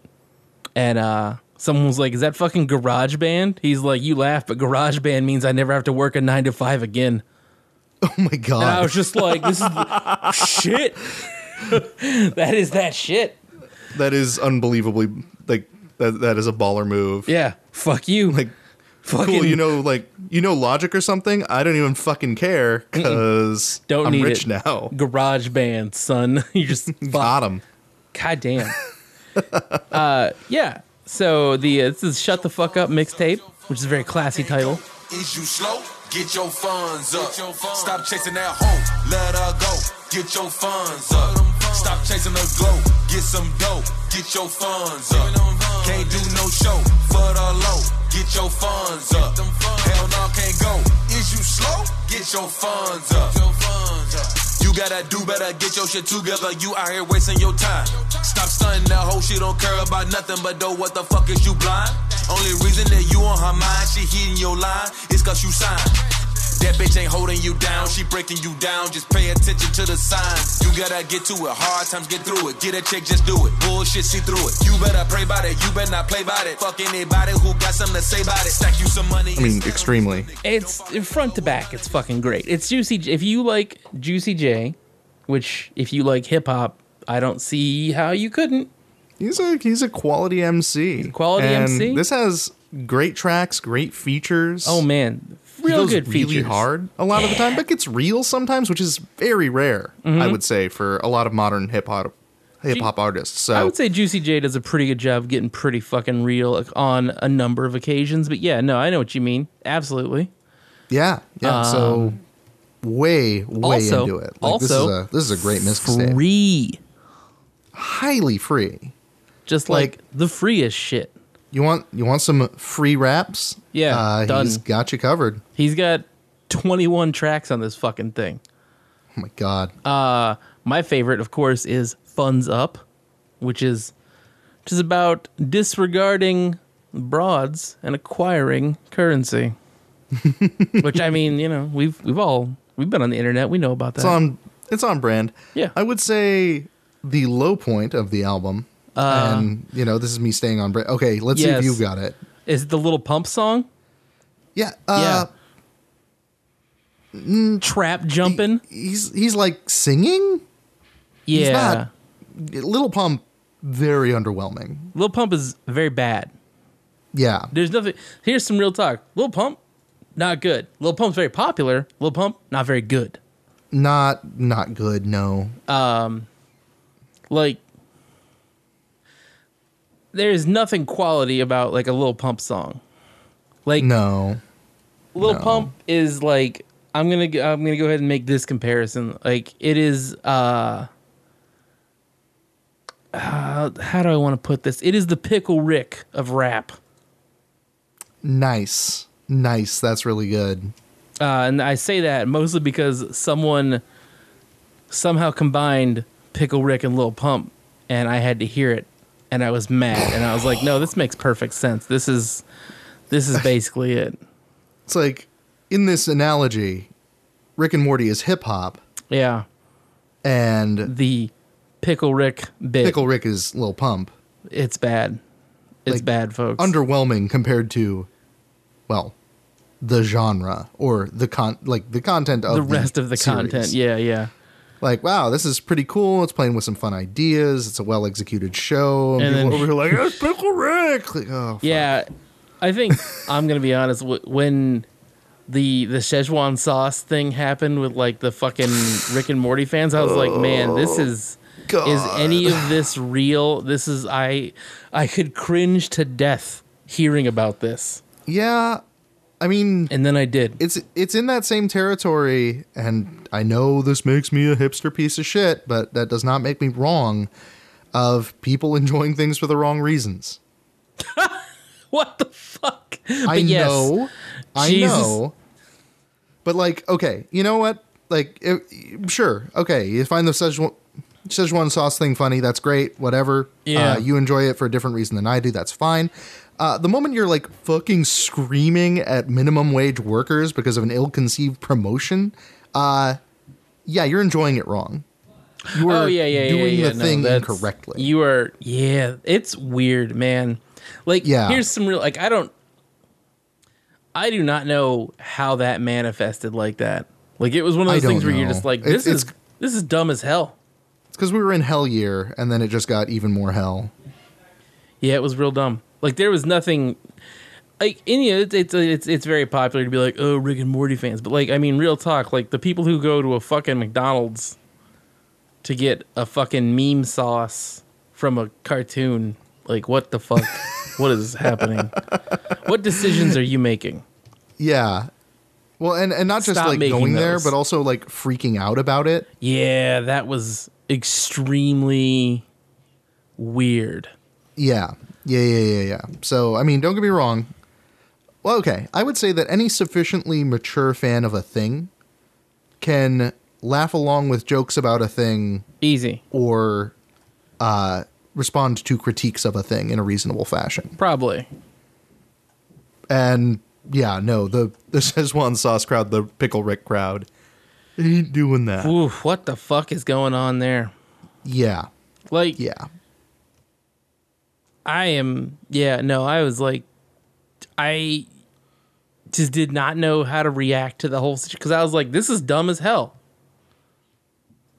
A: and uh someone was like is that fucking garage band he's like you laugh but garage band means i never have to work a nine to five again
B: oh my
A: and i
B: god.
A: was just like this is shit that is that shit
B: that is unbelievably like that, that is a baller move.
A: yeah fuck you
B: Like
A: fucking
B: cool, you know, like you know logic or something. I don't even fucking care because
A: don't
B: I'm
A: need
B: rich
A: it
B: now.
A: garage band son you just fuck.
B: Got him.
A: God damn. uh, yeah. So the uh, this is "Shut the Fuck Up" mixtape, which is a very classy title.
C: Is you slow? Get your funds up. Stop chasing that hoe. Let her go. Get your funds up. Stop chasing the glow. Get some dough. Get your funds up. Can't do no show for the low. Get your funds up. Hell no, can't go. Is you slow? Get your funds up. You gotta do better. Get your shit together. You out here wasting your time. Stop stunting that whole shit. Don't care about nothing but though. What the fuck is you blind? Only reason that you on her mind, she hitting your line, is cause you signed. That bitch ain't holding you down, she breaking you down. Just pay attention to the signs. You gotta get to it. Hard times, get through it. Get a check, just do it. Bullshit, see through it. You better pray about it. You better not play about it. Fuck anybody who got something to say about it. Stack you some money.
B: I mean, extremely.
A: It's front to back. It's fucking great. It's Juicy. J- If you like Juicy J, which if you like hip hop, I don't see how you couldn't.
B: He's a he's a quality MC.
A: Quality
B: And
A: MC?
B: This has great tracks, great features.
A: Oh man,
B: He
A: real
B: goes
A: good
B: really
A: features.
B: hard a lot of the
A: Mm-hmm.
B: time, but gets real sometimes, which is very rare. I would say for a lot of modern hip hop hip hop artists. So
A: I would say Juicy J does a pretty good job getting pretty fucking real on a number of occasions. But yeah, no, I know what you mean. Absolutely.
B: yeah, yeah. so way way
A: Um, also-
B: into it. this is
A: also
B: a this is a great mixtape.
A: Free.
B: Highly free.
A: Just like,
B: Like-
A: the freest shit.
B: You want you want some free raps?
A: Yeah,
B: uh,
A: done.
B: he's got you covered.
A: He's got 21 tracks on this fucking thing.
B: Oh my god,
A: My favorite, of course, is Funds Up, which is just about disregarding broads and acquiring currency. which I mean, you know, we've we've all we've been on the internet, we know about that.
B: it's on it's on brand.
A: Yeah.
B: I would say the low point of the album, and you know this is me staying on brand. Okay, let's
A: Uh, Yes.
B: see if you've got it.
A: Is it the little pump song?
B: Yeah, uh,
A: Uh, mm, Trap jumping?
B: he's he's like singing.
A: Yeah.
B: He's not. Little Pump, very underwhelming.
A: Lil Pump is very bad.
B: Yeah,
A: There's nothing. Here's some real talk. Lil Pump, not good. Lil Pump's very popular. Lil Pump, not very good.
B: not not good. No,
A: Like, there is nothing quality about like a Lil Pump song. Like
B: no.
A: Lil
B: no.
A: Pump is like I'm gonna g- I'm gonna go ahead and make this comparison. Like it is. uh uh, how do I want to put this? It is the pickle Rick of rap.
B: Nice, nice. That's really good.
A: Uh, and I say that mostly because someone somehow combined Pickle Rick and Lil Pump, and I had to hear it, and I was mad, and I was like, "No, this makes perfect sense. This is, this is basically it."
B: It's like in this analogy, Rick and Morty is hip hop,
A: Yeah,
B: and
A: the Pickle Rick bit.
B: Pickle Rick is Lil Pump.
A: It's bad. It's
B: Like,
A: bad, folks.
B: Underwhelming compared to, well, the genre or the con like the content of
A: the rest of the
B: series.
A: content. Yeah, yeah.
B: Like, wow, this is pretty cool. It's playing with some fun ideas. It's a well executed show. And,
A: And
B: people
A: then-
B: over here like, "That's Pickle Rick. Like, oh, fuck.
A: Yeah, I think I'm gonna be honest. wh- When the the Szechuan sauce thing happened with like the fucking Rick and Morty fans, I was like, man, this is is
B: Oh, God.
A: any of this real? This is I I could cringe to death hearing about this,
B: yeah. I mean,
A: and then I did.
B: it's it's in that same territory and i know this makes me a hipster piece of shit but that does not make me wrong of people enjoying things for the wrong reasons
A: what the fuck?
B: i
A: but yes,
B: know i
A: Jesus.
B: know but like okay you know what like if, sure okay you find the Szechuan, Szechuan sauce thing funny that's great whatever
A: Yeah.
B: uh, you enjoy it for a different reason than i do that's fine uh, the moment you're like fucking screaming at minimum wage workers because of an ill-conceived promotion uh, yeah you're enjoying it wrong you are
A: oh yeah, yeah, yeah,
B: doing
A: yeah,
B: the
A: no,
B: thing
A: that's-
B: incorrectly
A: You are, yeah. It's weird, man. Like,
B: Yeah.
A: here's some real. Like, I don't, I do not know how that manifested like that. Like, it was one of
B: I
A: those things
B: don't
A: where you're
B: know.
A: just like,
B: It-
A: this
B: it's-
A: is this is dumb as hell.
B: it's because we were in hell year and then it just got even more hell
A: Yeah, it was real dumb. Like, there was nothing. Like, and, you know, it's it's it's it's very popular to be like, oh, Rick and Morty fans, but like, I mean, real talk. Like, the people who go to a fucking McDonald's to get a fucking meme sauce from a cartoon. Like, what the fuck? what is happening? What decisions are you making?
B: Yeah. Well, and, and not just
A: Stop
B: like
A: making
B: going there,
A: those.
B: but also like freaking out about it.
A: Yeah, that was extremely weird.
B: Yeah. Yeah, yeah, yeah, yeah. So, I mean, don't get me wrong. Well, okay. I would say that any sufficiently mature fan of a thing can laugh along with jokes about a thing
A: Easy,
B: or uh, respond to critiques of a thing in a reasonable fashion.
A: probably.
B: And yeah, no, the, the Szechuan sauce crowd, the Pickle Rick crowd, ain't doing that.
A: Ooh, what the fuck is going on there?
B: Yeah.
A: Like,
B: Yeah.
A: I am. Yeah, no, I was like, I just did not know how to react to the whole situation because I was like, this is dumb as hell.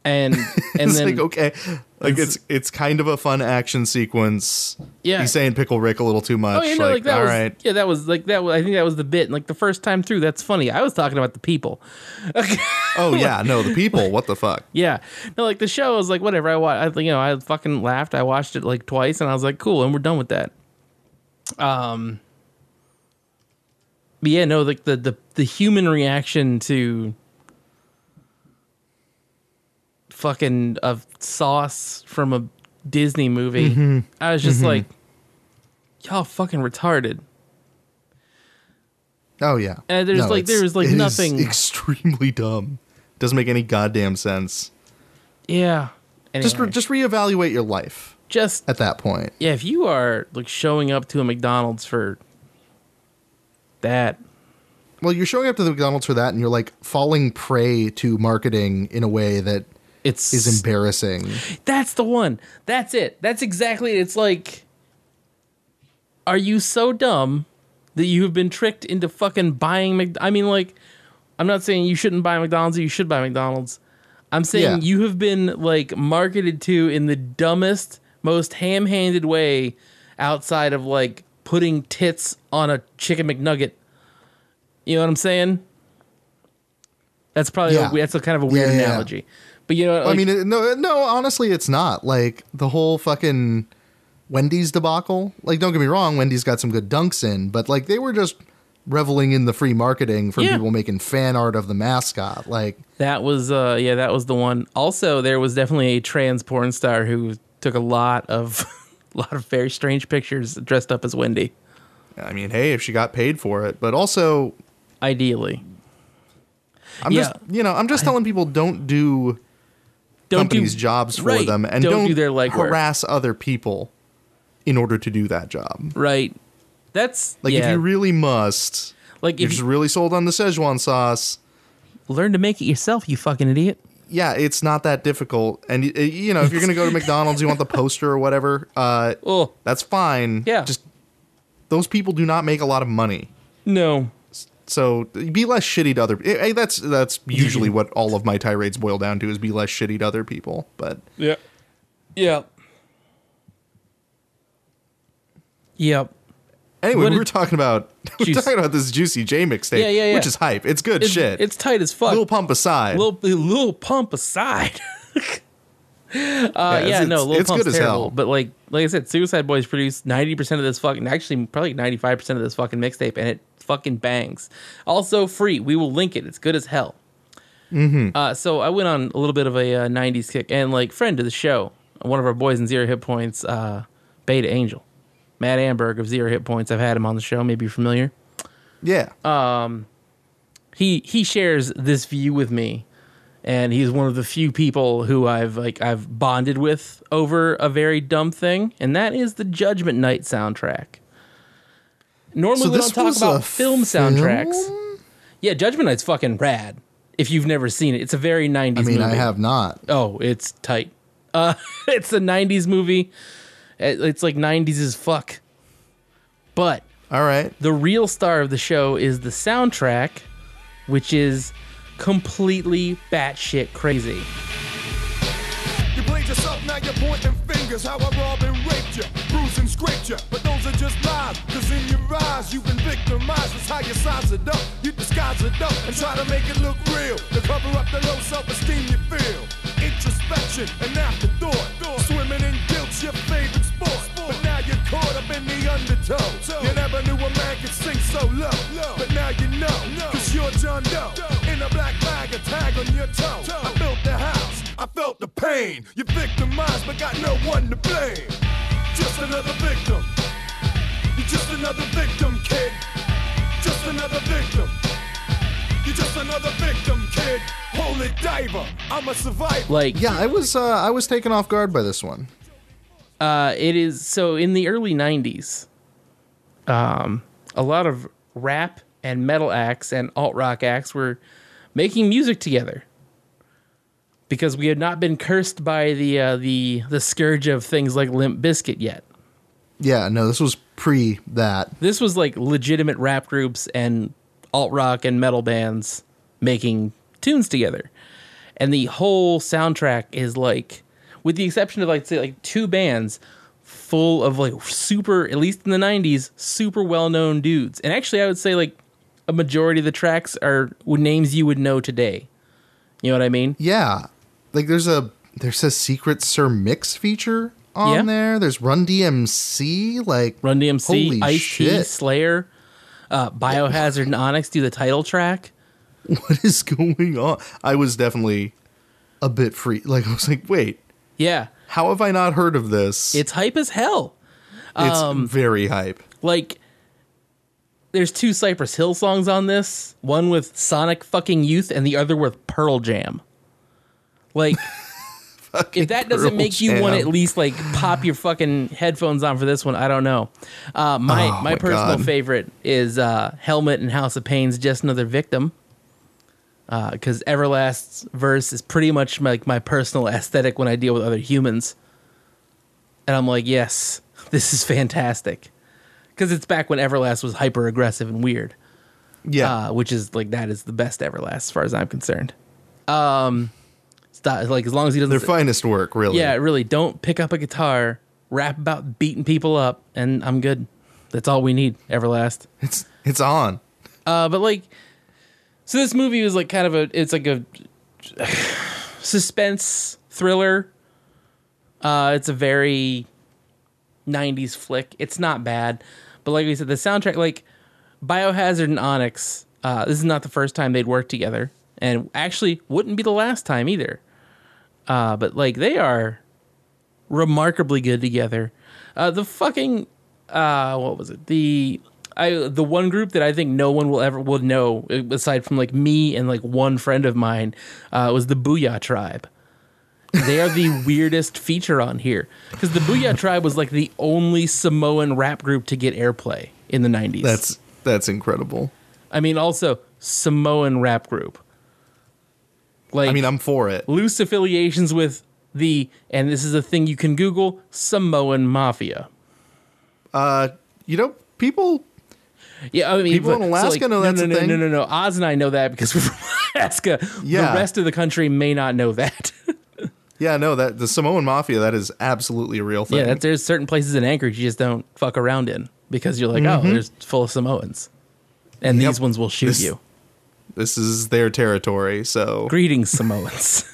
A: and and
B: it's
A: then
B: like okay, like it's it's kind of a fun action sequence.
A: Yeah.
B: he's saying pickle Rick a little too much.
A: oh, you know, like,
B: all
A: that was
B: right.
A: yeah, that was like that was I think that was the bit. And, like the first time through, that's funny. I was talking about the people.
B: Oh yeah, no, the people. What the fuck?
A: Yeah, no, like the show I was like whatever. I watched, you know, I fucking laughed. I watched it like twice, and I was like, cool, and we're done with that. Um, but yeah, no, like the the the human reaction to fucking a sauce from a Disney movie.
B: Mm-hmm.
A: I was just like, y'all fucking retarded.
B: Oh yeah.
A: And Uh, there's, like,
B: it's-
A: there was, like,
B: it is
A: nothing-
B: extremely dumb. Doesn't make any goddamn sense.
A: Yeah, anyway,
B: Just re- just reevaluate your life
A: just
B: at that point.
A: Yeah, if you are like showing up to a McDonald's for that,
B: Well, you're showing up to the McDonald's for that, and you're like falling prey to marketing in a way that
A: it's
B: is embarrassing.
A: that's the one. That's it. That's exactly. It's like, are you so dumb that you have been tricked into fucking buying? Mc, I mean, like, I'm not saying you shouldn't buy McDonald's. or You should buy McDonald's. I'm saying
B: Yeah.
A: you have been like marketed to in the dumbest, most ham-handed way, outside of like putting tits on a chicken McNugget. You know what I'm saying? That's probably
B: Yeah.
A: a, that's a kind of a weird
B: yeah, yeah.
A: analogy, but you know,
B: I
A: like-
B: mean, it- no, no. Honestly, it's not like the whole fucking Wendy's debacle. Like, don't get me wrong, Wendy's got some good dunks in, but like they were just reveling in the free marketing from
A: Yeah.
B: people making fan art of the mascot. Like,
A: That was uh yeah, that was the one. Also, there was definitely a trans porn star who took a lot of a lot of very strange pictures dressed up as Wendy.
B: I mean, hey, if she got paid for it, but also,
A: Ideally.
B: I'm
A: Yeah.
B: just you know, I'm just telling people don't do
A: Don't do
B: companies jobs for
A: right,
B: them and
A: don't,
B: don't,
A: do their legwork.
B: harass other people in order to do that job.
A: Right. That's
B: Like,
A: yeah.
B: if you really must,
A: like
B: you're
A: if
B: just
A: you
B: really sold on the Szechuan sauce.
A: learn to make it yourself, you fucking idiot.
B: yeah, it's not that difficult. And y- y- you know, if you're gonna go to McDonald's, you want the poster or whatever. Uh,
A: Oh
B: that's fine.
A: Yeah.
B: just those people do not make a lot of money,
A: no.
B: so be less shitty to other. eh, eh, That's that's usually what all of my tirades boil down to is be less shitty to other people. But
A: Yeah. Yeah. Yep.
B: anyway,
A: What
B: we
A: did-
B: were talking about we
A: Juice.
B: we're talking about this juicy J mixtape,
A: Yeah, yeah, yeah.
B: which is hype. It's good
A: It's,
B: shit.
A: It's tight as fuck.
B: Little pump aside,
A: little little pump aside. uh,
B: it's-
A: yeah, no,
B: it's-
A: little
B: it's
A: pump's
B: good as
A: terrible.
B: hell.
A: But like, like I said, Suicide Boys produced ninety percent of this fucking, actually probably ninety five percent of this fucking mixtape, and it fucking bangs. Also free. We will link it. It's good as hell.
B: Mm-hmm.
A: Uh, so I went on a little bit of a uh, '90s kick, and like friend of the show, one of our boys in Zero Hit Points, uh, Beta Angel, Matt Amberg of Zero Hit Points. I've had him on the show. Maybe you're familiar
B: yeah.
A: he he shares this view with me and he's one of the few people who I've like I've bonded with over a very dumb thing and that is the Judgment Night soundtrack. Normally
B: So
A: we
B: this
A: don't talk
B: was a
A: about film soundtracks.
B: film?
A: Yeah, Judgment Night's fucking rad. If you've never seen it, it's a very 90s
B: I mean,
A: movie.
B: I have not.
A: Oh, it's tight. Uh, it's a 90s movie. It- It's like 90s as fuck. But
B: All right,
A: the real star of the show is the soundtrack, which is completely batshit crazy.
D: You played yourself, now you're pointing fingers. How I robbed and raped you, bruised and scraped you. But those are just lies, cause in your eyes you've been victimized. That's how you size it up, you disguise it up, and try to make it look real. To cover up the low self esteem you feel. Introspection and afterthought. Swimming in guilt's your favorite sport. But now you're caught up in the undertow. You never knew a man could sink so low. But now you know, cause you're John Doe. In a black bag, a tag on your toe. I built the house, I felt the pain. You victimized, but got no one to blame. Just another victim. You're just another victim, kid. Just another victim. You're just another victim, kid. Holy diver, I'm a survivor.
A: Like,
B: yeah, I was uh, I was taken off guard by this one.
A: uh, it is so in the early 90s, um, a lot of rap and metal acts and alt rock acts were making music together because we had not been cursed by the uh, the the scourge of things like Limp Biscuit yet.
B: Yeah, no, this was pre that.
A: This was like legitimate rap groups and alt rock and metal bands making tunes together. and the whole soundtrack is like, with the exception of like say like two bands, full of like super, at least in the '90s, super well-known dudes. And actually, I would say like a majority of the tracks are names you would know today. You know what I mean?
B: Yeah. Like there's a there's a secret Sir Mix feature on
A: Yeah.
B: there. There's Run DMC, like
A: Run DMC,
B: Holy
A: Ice T,
B: shit.
A: Slayer, uh, Biohazard, and Onyx do the title track.
B: what is going on? I was definitely a bit free. Like I was like, wait,
A: Yeah,
B: how have I not heard of this?
A: it's hype as hell.
B: It's
A: um,
B: very hype.
A: Like, there's two Cypress Hill songs on this one with Sonic fucking Youth and the other with Pearl Jam. Like, if that doesn't
B: Pearl
A: make you want to at
B: Jam.
A: least like pop your fucking headphones on for this one, I don't know. Uh, my, my,
B: my
A: personal
B: God.
A: favorite is uh, Helmet and House of Pain's Just Another Victim. Because Everlast's verse is pretty much my, like my personal aesthetic when I deal with other humans. And I'm like, yes, this is fantastic. Because it's back when Everlast was hyper aggressive and weird,
B: Yeah.
A: uh, which is like, that is the best Everlast as far as I'm concerned. Um, it's not- like, as long as he doesn't.
B: Their finest work, really.
A: Yeah, really. Don't pick up a guitar, rap about beating people up, and I'm good. That's all we need, Everlast.
B: It's it's on.
A: Uh, but like, so this movie was like kind of a, it's like a suspense thriller. Uh, it's a very 90s flick. It's not bad. But like we said, the soundtrack, like Biohazard and Onyx, uh, this is not the first time they'd worked together. And actually wouldn't be the last time either. Uh, but like they are remarkably good together. Uh, the fucking uh, what was it? The I the one group that I think no one will ever will know uh, aside from like me and like one friend of mine uh, was the Booyah Tribe. They are the weirdest feature on here because the Booyah Tribe was like the only Samoan rap group to get airplay in the nineties.
B: That's that's incredible.
A: I mean also Samoan rap group. Like
B: I mean, I'm for it.
A: loose affiliations with the and this is a thing you can Google Samoan mafia.
B: You know, people
A: Yeah, I mean,
B: People in
A: but-
B: Alaska know that's
A: no,
B: a
A: no,
B: thing.
A: No, no, no, no. Oz and I know that because we're from Alaska.
B: Yeah.
A: The rest of the country may not know that.
B: Yeah, no, that the Samoan mafia, that is absolutely a real thing.
A: yeah, that there's certain places in Anchorage you just don't fuck around in because you're like, oh, there's full of Samoans, and
B: Mm-hmm. Yep.
A: these ones will shoot
B: This-
A: you.
B: this is their territory, so
A: Greetings, Samoans.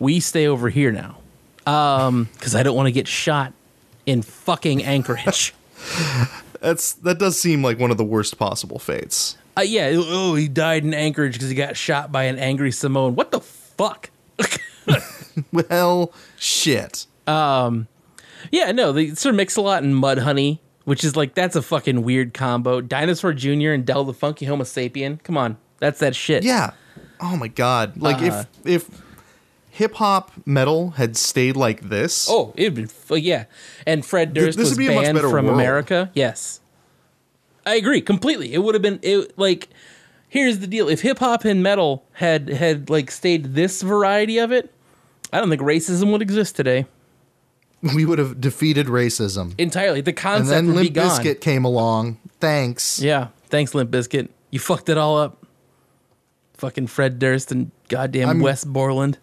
A: we stay over here now because I don't want to get shot in fucking Anchorage.
B: that's that does seem like one of the worst possible fates.
A: Uh, yeah. Oh, he died in Anchorage because he got shot by an angry Samoan. What the fuck?
B: Well, shit.
A: Yeah, no, the Sir Mix-a-Lot and Mud Honey, which is like that's a fucking weird combo. Dinosaur Jr. and Del the Funky Homo Sapien. Come on, that's that shit.
B: Yeah. Oh my god. Like
A: Uh-huh.
B: if if hip hop metal had stayed like this,
A: Oh, it'd be f- yeah. And Fred Durst
B: this
A: was
B: would be a much
A: banned
B: better
A: from
B: world.
A: America. Yes, I agree completely. It would have been it like. Here's the deal: if hip hop and metal had had like stayed this variety of it, I don't think racism would exist today
B: we would have defeated racism.
A: entirely. The
B: and
A: concept
B: then
A: would be
B: Limp
A: gone.
B: Bizkit came along. Thanks.
A: Yeah, thanks, Limp Biscuit. You fucked it all up. Fucking Fred Durst and goddamn
B: I'm-
A: Wes Borland.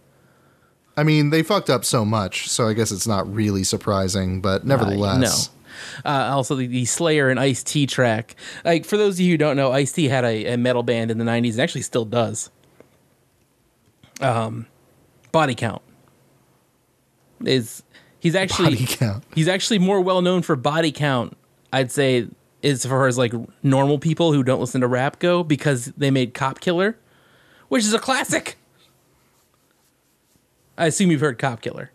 B: I mean, they fucked up so much, so I guess it's not really surprising, but nevertheless.
A: No. Uh, also, the, the Slayer and Ice T track. Like, for those of you who don't know, Ice T had a, a metal band in the 90s and actually still does. Um, Body Count. Is he's actually
B: Body Count.
A: he's actually more well known for Body Count, I'd say, as far as like normal people who don't listen to rap go, because they made Cop Killer, which is a classic. I assume you've heard Cop Killer.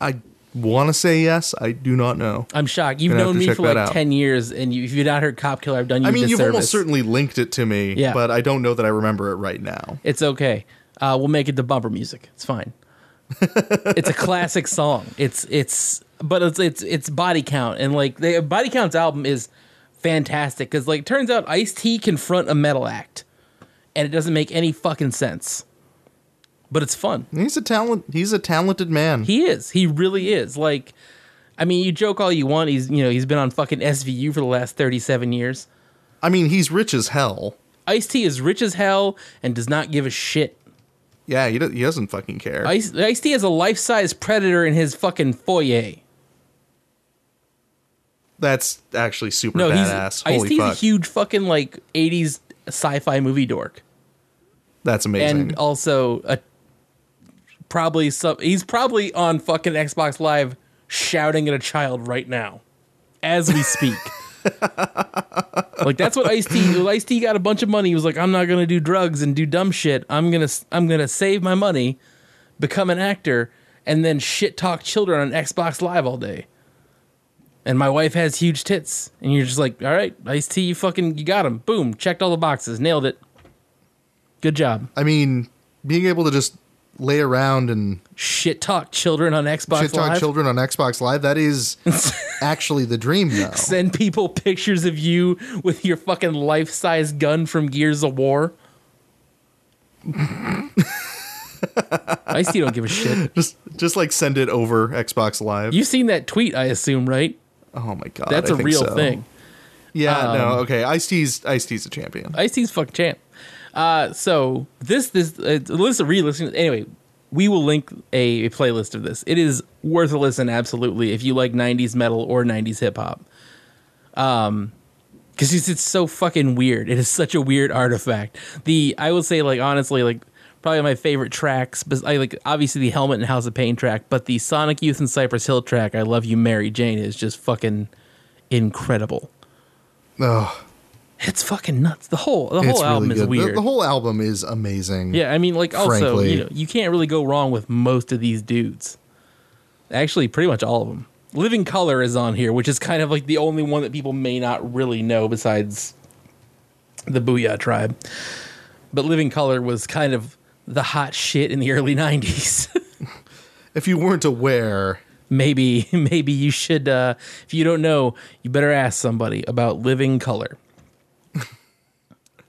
B: I want to say yes. I do not know.
A: I'm shocked. You've
B: Gonna
A: known
B: have to
A: me
B: check
A: for
B: that
A: like
B: out.
A: ten years, and you, if you've not heard Cop Killer, I've done you
B: I
A: a
B: mean, you've
A: disservice.
B: almost certainly linked it to me,
A: Yeah.
B: but I don't know that I remember it right now.
A: It's okay. Uh, we'll make it the bumper music. It's fine. it's a classic song. It's it's but it's it's it's body count and like they, body count's album is fantastic because like turns out Ice T confront a metal act, and it doesn't make any fucking sense, but it's fun.
B: He's a talent. He's a talented man.
A: He is. He really is. Like, I mean, you joke all you want. He's you know he's been on fucking SVU for the last thirty seven years.
B: I mean, he's rich as hell.
A: Ice T is rich as hell and does not give a shit.
B: Yeah, he, do, he doesn't fucking care.
A: Ice Ice T has a life size predator in his fucking foyer.
B: That's actually super
A: No, he's
B: badass.
A: Ice
B: Holy
A: T's a
B: fuck.
A: huge fucking like '80s sci-fi movie dork,
B: That's amazing.
A: and also a probably some. He's probably on fucking Xbox Live shouting at a child right now, as we speak. like that's what Ice T. Ice T got a bunch of money. He was like, "I'm not gonna do drugs and do dumb shit. I'm gonna I'm gonna save my money, become an actor, and then shit talk children on Xbox Live all day." And my wife has huge tits, and you're just like, "All right, Ice T, you fucking you got him. Boom, checked all the boxes, nailed it. Good job."
B: I mean, being able to just lay around and
A: Shit talk children on Xbox
B: shit talk
A: Live.
B: children on Xbox Live, that is actually the dream though.
A: Send people pictures of you with your fucking life size gun from Gears of War. Ice T don't give a shit.
B: just just like send it over Xbox Live.
A: You've seen that tweet, I assume, right?
B: oh my god.
A: That's
B: a
A: a real thing. Um,
B: Yeah, no, okay. Ice-T's Ice-T's a champion.
A: Ice T's fucking champ. Uh, so this this uh, listen re-listen anyway. We will link a, a playlist of this. It is worth a listen, absolutely, if you like '90s metal or '90s hip hop. Um, because it's, it's so fucking weird. It is such a weird artifact. The I will say, like honestly, like probably my favorite tracks. bes- I like obviously the Helmet and House of Pain track, but the Sonic Youth and Cypress Hill track, "I Love You, Mary Jane," is just fucking incredible.
B: Oh,
A: It's fucking nuts. The whole the whole
B: it's
A: album
B: really
A: is
B: good.
A: weird.
B: The, the whole album is amazing.
A: Yeah, I mean, like also,
B: Frankly.
A: you know, you can't really go wrong with most of these dudes. Actually, pretty much all of them. Living Color is on here, which is kind of like the only one that people may not really know besides the Booyah tribe. But Living Color was kind of the hot shit in the early '90s.
B: If you weren't aware,
A: maybe, maybe you should. Uh, if you don't know, you better ask somebody about Living Color.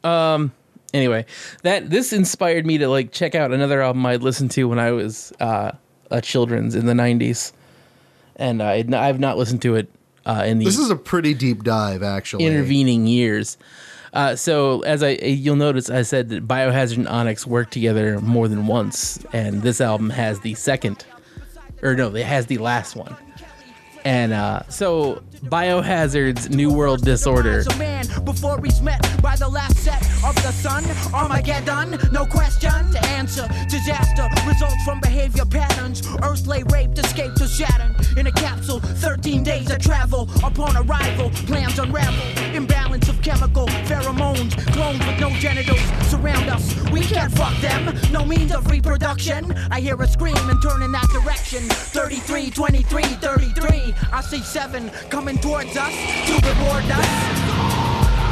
A: Um, anyway, that this inspired me to like check out another album I'd listened to when I was uh, a children's in the '90s, and I had n- I've not listened to it uh, in the
B: this is a pretty deep dive actually.
A: intervening years. Uh, so as I you'll notice, I said that Biohazard and Onyx worked together more than once, and this album has the second, or no, it has the last one. And uh, so Biohazard's New World Disorder
E: As a man before he's met by the last set of the sun. Armageddon, no question to answer. Disaster results from behavior patterns. Earth lay raped, escaped to Saturn. In a capsule, 13 days of travel. Upon arrival, plans unravel. Imbalance of chemical pheromones. Clones with no genitals surround us. We can't fuck them. No means of reproduction. I hear a scream and turn in that direction. 33, 23, 33. I see seven coming towards us to reward us.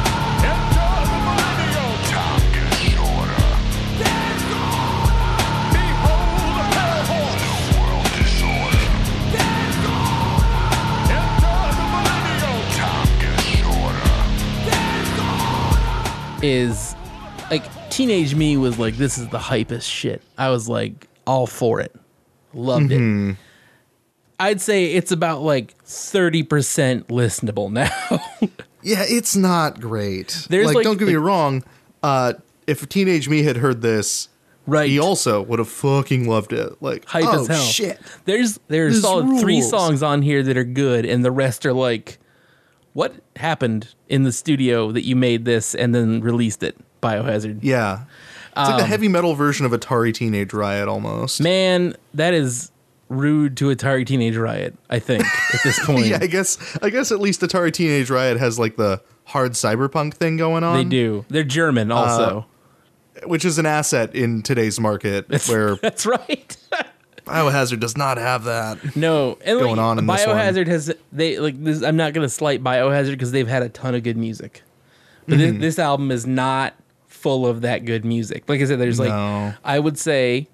A: is like teenage me was like this is the hypest shit. I was like all for it. Loved it. I'd say it's about like 30% listenable now.
B: Yeah, it's not great.
A: There's,
B: like,
A: like,
B: don't get me
A: the-
B: wrong. Uh, if teenage me had heard this,
A: right.
B: he also would have fucking loved it. Like,
A: hype
B: oh
A: as hell.
B: shit,
A: There's there's
B: This
A: solid three
B: rules.
A: songs on here that are good and the rest are like what happened in the studio that you made this and then released it? Biohazard.
B: yeah. It's like the heavy metal version of Atari Teenage Riot almost.
A: Um, Man, that is rude to Atari Teenage Riot, I think, at this point.
B: yeah, I guess I guess at least Atari Teenage Riot has like the hard cyberpunk thing going on. Uh,
A: They do. They're German also.
B: which is an asset in today's market where
A: That's right.
B: Biohazard does not have that.
A: no, and
B: Going
A: like,
B: on in this one.
A: Biohazard has they like this. I'm not gonna slight Biohazard because they've had a ton of good music, but
B: Mm-hmm.
A: thi- this, album is not full of that good music. Like I said, there's
B: No.
A: like I would say.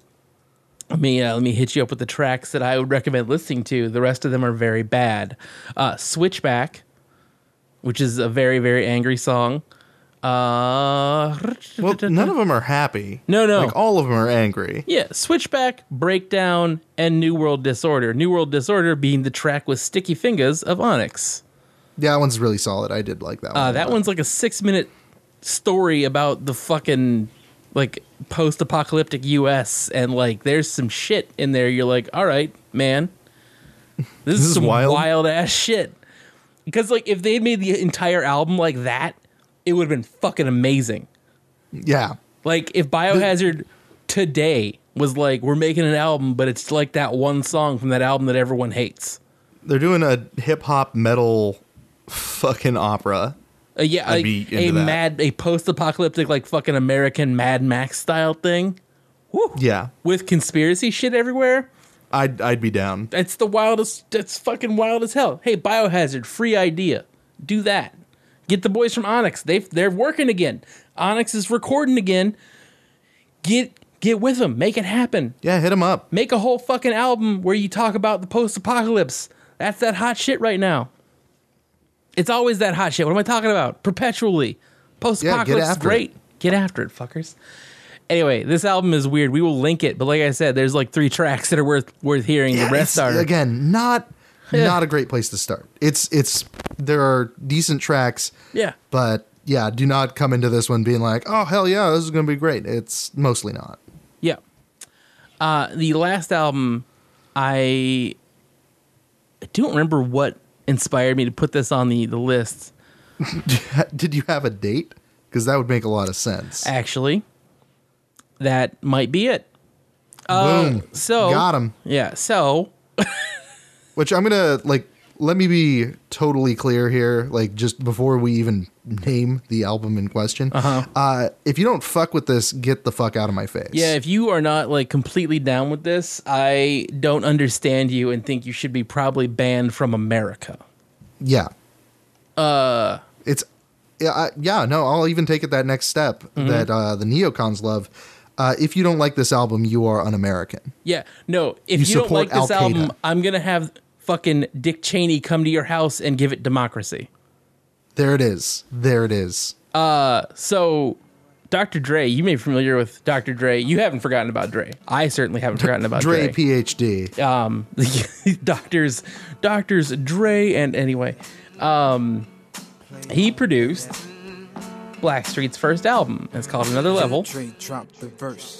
A: Let me uh, let me hit you up with the tracks that I would recommend listening to. The rest of them are very bad. Uh, Switchback, which is a very very angry song. Uh,
B: Well, none of them are happy.
A: No, no.
B: Like all of them are angry.
A: Yeah, Switchback, Breakdown, and New World Disorder. New World Disorder being the track with Sticky Fingers of Onyx.
B: Yeah, that one's really solid. I did like that one.
A: Uh,
B: a
A: that
B: lot.
A: one's like a six minute story about the fucking like post-apocalyptic US and like there's some shit in there you're like, "All right, man. This, is,
B: is
A: some
B: wild.
A: wild ass shit." Because like if they had made the entire album like that, it would have been fucking amazing.
B: Yeah.
A: Like if Biohazard today was like, we're making an album, but it's like that one song from that album that everyone hates.
B: They're doing a hip hop metal fucking opera.
A: Uh, yeah,
B: I'd
A: like,
B: be into
A: a
B: that.
A: mad, a post-apocalyptic, like fucking American Mad Max style thing. Woo.
B: Yeah.
A: with conspiracy shit everywhere.
B: I'd I'd be down.
A: That's the wildest. That's fucking wild as hell. Hey, Biohazard, free idea. Do that. Get the boys from Onyx. They they're working again. Onyx is recording again. Get get with them. Make it happen.
B: Yeah, hit them up.
A: Make a whole fucking album where you talk about the post apocalypse. That's that hot shit right now. It's always that hot shit. What am I talking about? Perpetually. Post
B: Yeah, get
A: apocalypse is
B: after
A: great. Get after it, fuckers. Anyway, this album is weird. We will link it, but like I said, there's like three tracks that are worth worth hearing. the rest
B: It's,
A: are
B: again not
A: Yeah.
B: not a great place to start. It's it's there are decent tracks.
A: Yeah.
B: But yeah, do not come into this one being like, oh hell yeah, this is gonna be great. It's mostly not.
A: Yeah. Uh, the last album, I I don't remember what inspired me to put this on the, the list.
B: Did you have a date? Because that would make a lot of sense.
A: Actually, that might be it.
B: Boom.
A: Uh, So
B: Got him.
A: Yeah. So
B: Which I'm gonna like. Let me be totally clear here. Like just before we even name the album in question, uh-huh. if you don't fuck with this, get the fuck out of my face.
A: yeah, if you are not like completely down with this, I don't understand you and think you should be probably banned from America.
B: Yeah. Uh
A: Uh.
B: it's yeah, I, yeah, no, I'll even take it that next step
A: Mm-hmm.
B: that uh the neocons love. Uh if you don't like this album, you are un-American.
A: Yeah. No. If
B: You
A: you, don't like
B: support
A: this
B: Al-Qaeda.
A: album, I'm gonna have fucking Dick Cheney come to your house and give it democracy.
B: There it is. There it is.
A: So, Dr. Dre, you may be familiar with Dr. Dre. You haven't forgotten about Dre. I certainly haven't forgotten about
B: Dre,
A: Dre.
B: PhD.
A: um, doctors, doctors Dre, and anyway, um, he produced Blackstreet's first album. It's called Another Level.
F: Dre dropped the verse.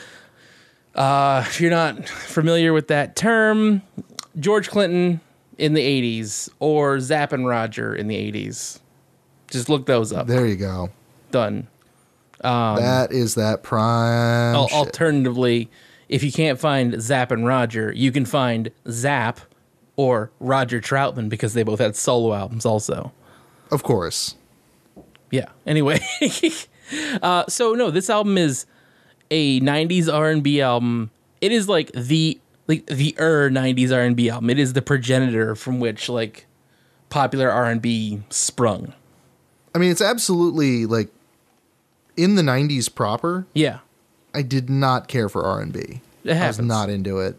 A: uh, if you're not familiar with that term, George Clinton in the '80s or Zapp and Roger in the '80s. Just look those up.
B: there you go.
A: Done. um,
B: that is that prime.
A: Al-
B: shit.
A: Oh, alternatively, if you can't find Zap and Roger, you can find Zap or Roger Troutman because they both had solo albums also.
B: of course.
A: Yeah. Anyway, uh, so no, this album is a '90s R&B album. It is like the like the er '90s R&B album. It is the progenitor from which like popular R&B sprung.
B: I mean, it's absolutely like in the '90s proper.
A: Yeah,
B: I did not care for R and B.
A: It
B: I was
A: happens.
B: not into it.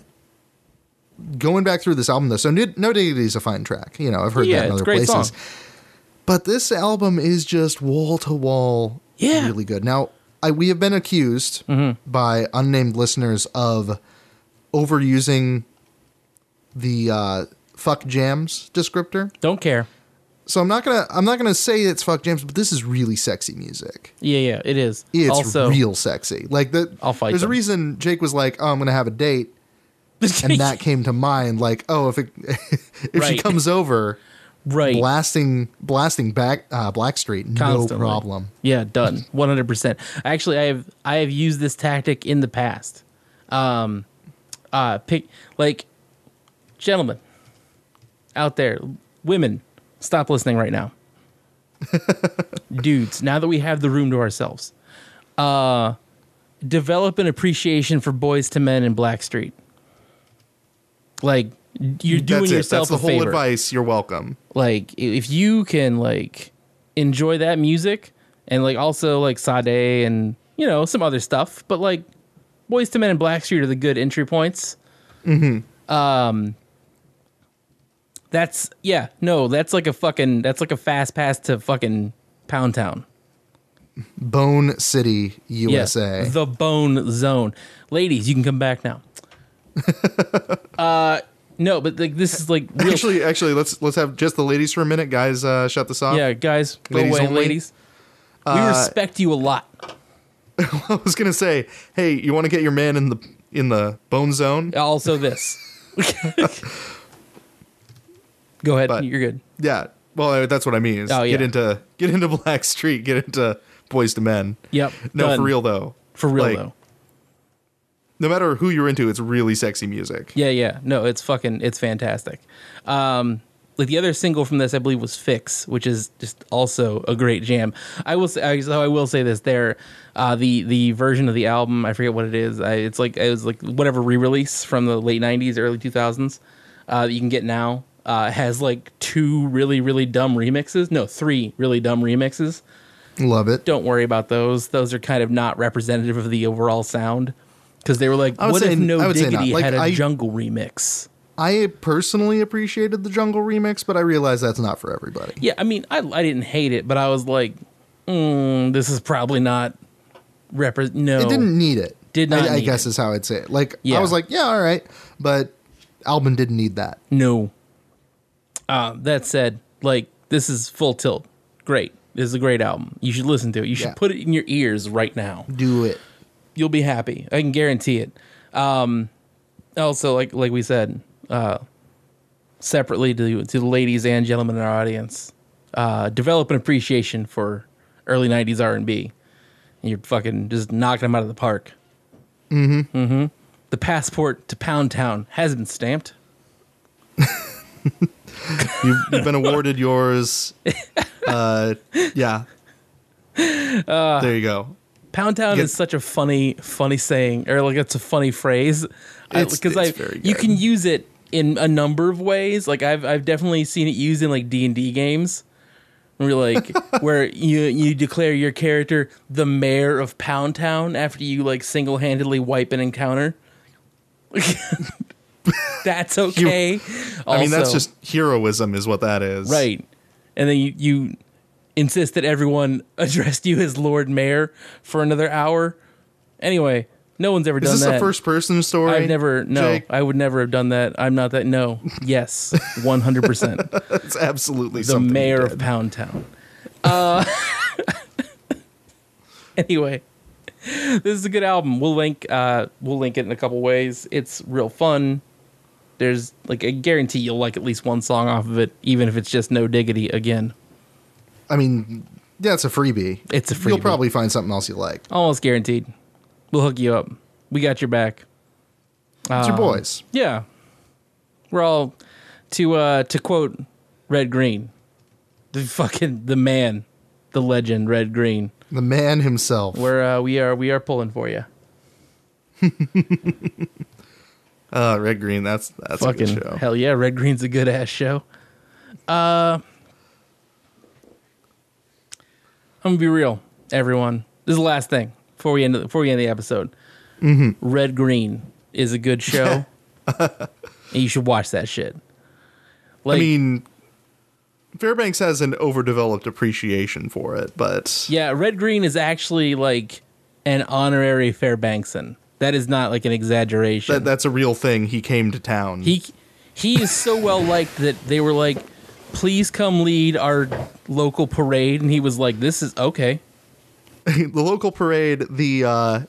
B: Uh, going back through this album though, so N- No Diggity is a fine track. You know, I've heard
A: yeah,
B: that in
A: it's
B: other
A: a great
B: places.
A: song.
B: But this album is just wall to wall,
A: Yeah. Mm-hmm.
B: really good. Now, I, we have been accused by unnamed listeners of overusing the uh, "fuck jams" descriptor.
A: Don't care.
B: So I'm not gonna I'm not gonna say it's "fuck jams," but this is really sexy music.
A: Yeah, yeah, it is.
B: It's
A: also,
B: real sexy. Like the
A: I'll fight
B: There's
A: them.
B: a reason Jake was like, "Oh, I'm gonna have a date," and that came to mind. Like, oh, if it, if she
A: Right.
B: comes over,
A: right.
B: blasting blasting back uh, Blackstreet,
A: Constantly.
B: no problem.
A: Yeah, done. One hundred percent. Actually, I have I have used this tactic in the past. Um, uh, pick like, gentlemen, out there, women, stop listening right now. Dudes, now that we have the room to ourselves, uh, develop an appreciation for Boys to Men and Blackstreet. Like you're doing
B: That's it.
A: yourself
B: That's the
A: a
B: whole
A: favor
B: advice. You're welcome.
A: like i- if you can like enjoy that music and like also like Sade and you know some other stuff, but like Boys to Men and Blackstreet are the good entry points. Mm-hmm. Um, that's yeah, no, that's like a fucking that's like a fast pass to fucking Pound Town.
B: Bone City,
A: Yeah,
B: USA.
A: the Bone Zone, ladies, you can come back now. uh, no, but like this is like real
B: Actually, actually, let's let's have just the ladies for a minute, guys. Uh, shut this off.
A: Yeah, guys, go
B: Ladies
A: away,
B: only? Uh,
A: ladies. We respect you a lot.
B: I was gonna say, hey, you want to get your man in the in the bone zone?
A: Also, this. go ahead.
B: But-
A: You're good.
B: Yeah. Well, uh, that's what I mean. Is
A: Oh, yeah.
B: get into get into Black Street, get into Boys to Men.
A: Yep.
B: No,
A: done.
B: for real though.
A: For real
B: Like,
A: though.
B: No matter who you're into, it's really sexy music.
A: Yeah, yeah. No, it's fucking. It's fantastic. Um, like the other single from this, I believe, was "Fix," which is just also a great jam. I will say, I, so I will say this: there, uh, the the version of the album, I forget what it is. I, it's like it was like whatever re-release from the late '90s, early 2000s uh, that you can get now. Uh, has like two really really dumb remixes. No, three really dumb remixes.
B: Love it.
A: don't worry about those. Those are kind of not representative of the overall sound because they were like,
B: I would
A: what
B: say
A: if
B: n- I
A: No
B: would say not.
A: Diggity
B: Like,
A: had a
B: I-
A: jungle remix?
B: I personally appreciated the Jungle remix, but I realize that's not for everybody.
A: Yeah, I mean, I, I didn't hate it, but I was like, mm, this is probably not repre- No,
B: It didn't need it.
A: Did not
B: I, I
A: need
B: guess
A: it.
B: is how I'd say it. Like
A: Yeah.
B: I was like, yeah, all right, but Albin didn't need that.
A: no. Uh, that said, like this is full tilt. Great, this is a great album. You should listen to it. You should
B: Yeah.
A: put it in your ears right now.
B: Do it.
A: you'll be happy. I can guarantee it. Um, also, like like we said, uh, separately to to the ladies and gentlemen in our audience, uh, develop an appreciation for early '90s R and B. You're fucking just knocking them out of the park. Mm-hmm. Mm-hmm. The passport to Pound Town has been stamped.
B: You've, you've been awarded yours. Uh, yeah.
A: Uh,
B: there you go.
A: Pound Town
B: Get-
A: is such a funny, funny saying, or like it's a funny phrase,
B: It's-
A: because
B: it's
A: I,
B: very
A: you
B: good.
A: can use it in a number of ways. Like I've I've definitely seen it used in like D and D games, We're like where you you declare your character the mayor of Pound Town after you like single handedly wipe an encounter. that's okay.
B: I mean, that's
A: Also-
B: just heroism, is what that is.
A: Right. And then you, you insist that everyone addressed you as Lord Mayor for another hour. Anyway, no one's ever
B: Is
A: done
B: this
A: that.
B: a first person story?
A: I've never no.
B: Jake?
A: I would never have done that. I'm not that no. Yes. One hundred percent.
B: It's absolutely
A: The
B: something. you
A: mayor
B: did.
A: of Pound Town. Uh anyway. This is a good album. We'll link uh we'll link it in a couple ways. It's real fun. There's like I guarantee you'll like at least one song off of it, even if it's just no diggity again.
B: I mean, yeah, it's a freebie.
A: It's a
B: You'll
A: freebie.
B: probably find something else you like.
A: Almost guaranteed. We'll hook you up. We got your back.
B: It's
A: Ah.
B: your boys.
A: Yeah. We're all to uh to quote Red Green. The fucking the man, the legend Red Green.
B: The man himself.
A: We're uh, we are we are pulling for you.
B: Uh, Red Green. That's that's a good
A: Fucking
B: show.
A: hell yeah, Red Green's a good ass show. Uh I'm gonna be real, everyone. This is the last thing before we end before we end the episode.
B: Mm-hmm.
A: Red Green is a good show. and you should watch that shit. Like
B: I mean, Fairbanks has an overdeveloped appreciation for it, but
A: Yeah, Red Green is actually like an honorary Fairbankson. That is not like an exaggeration.
B: that, that's a real thing. He came to town.
A: he he is so well liked that they were like, "Please come lead our local parade," and he was like, "This is okay."
B: the local parade, the uh,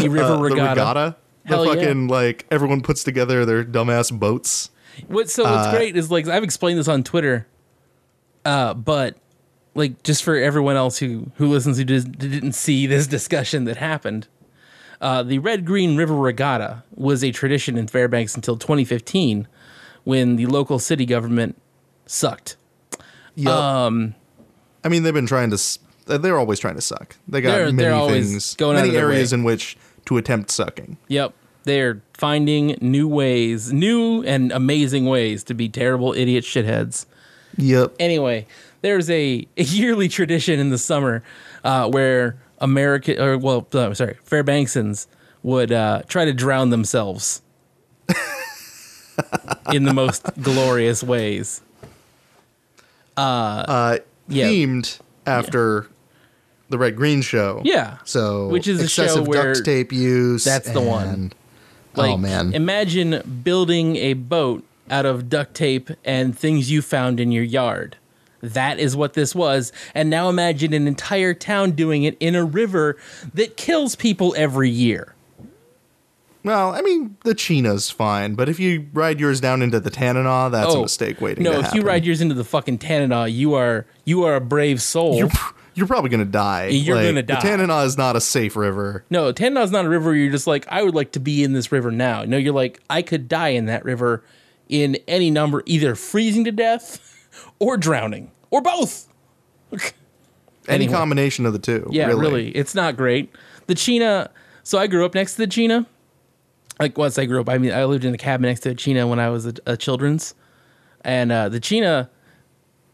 A: The river
B: uh, the
A: regatta.
B: regatta, the
A: Hell yeah.
B: fucking like everyone puts together their dumbass boats.
A: What? So what's
B: Uh,
A: great is like I've explained this on Twitter, uh, but like just for everyone else who who listens who dis- didn't see this discussion that happened, uh, the Red Green River Regatta was a tradition in Fairbanks until 2015, when the local city government sucked.
B: Yep. Um, I mean, they've been trying to. s- uh, They're always trying to suck. They got
A: They're-
B: many
A: they're always
B: things,
A: going out
B: many
A: of their
B: areas
A: way.
B: in which to attempt sucking.
A: Yep, they're finding new ways, new and amazing ways to be terrible idiot shitheads.
B: Yep.
A: anyway, there's a, a yearly tradition in the summer uh, where American, or well, uh, sorry, Fairbanksans would uh, try to drown themselves in the most glorious ways.
B: uh,
A: Yeah.
B: themed after the Red Green show.
A: Yeah.
B: So
A: Which is a show
B: excessive
A: where
B: duct tape use.
A: that's the one.
B: and-
A: Like,
B: oh man.
A: Imagine building a boat out of duct tape and things you found in your yard. That is what this was. And now imagine an entire town doing it in a river that kills people every year.
B: well, I mean the China's fine, but if you ride yours down into the Tanana, that's a mistake waiting.
A: Oh, No,
B: to
A: if
B: happen.
A: you ride yours into the fucking Tanana, you are you are a brave soul.
B: you're, you're probably gonna die.
A: You're
B: Like,
A: gonna die.
B: The Tanana is not a safe river.
A: no, Tanana's not a river. Where you're just like I would like to be in this river now. No, you're like I could die in that river in any number, either freezing to death or drowning or both.
B: Any
A: Anyway.
B: combination of the two.
A: Yeah, really. It's not great. The Chena, so I grew up next to the Chena. Like once I grew up, I mean, I lived in a cabin next to a Chena when I was a, a children's. And uh, the Chena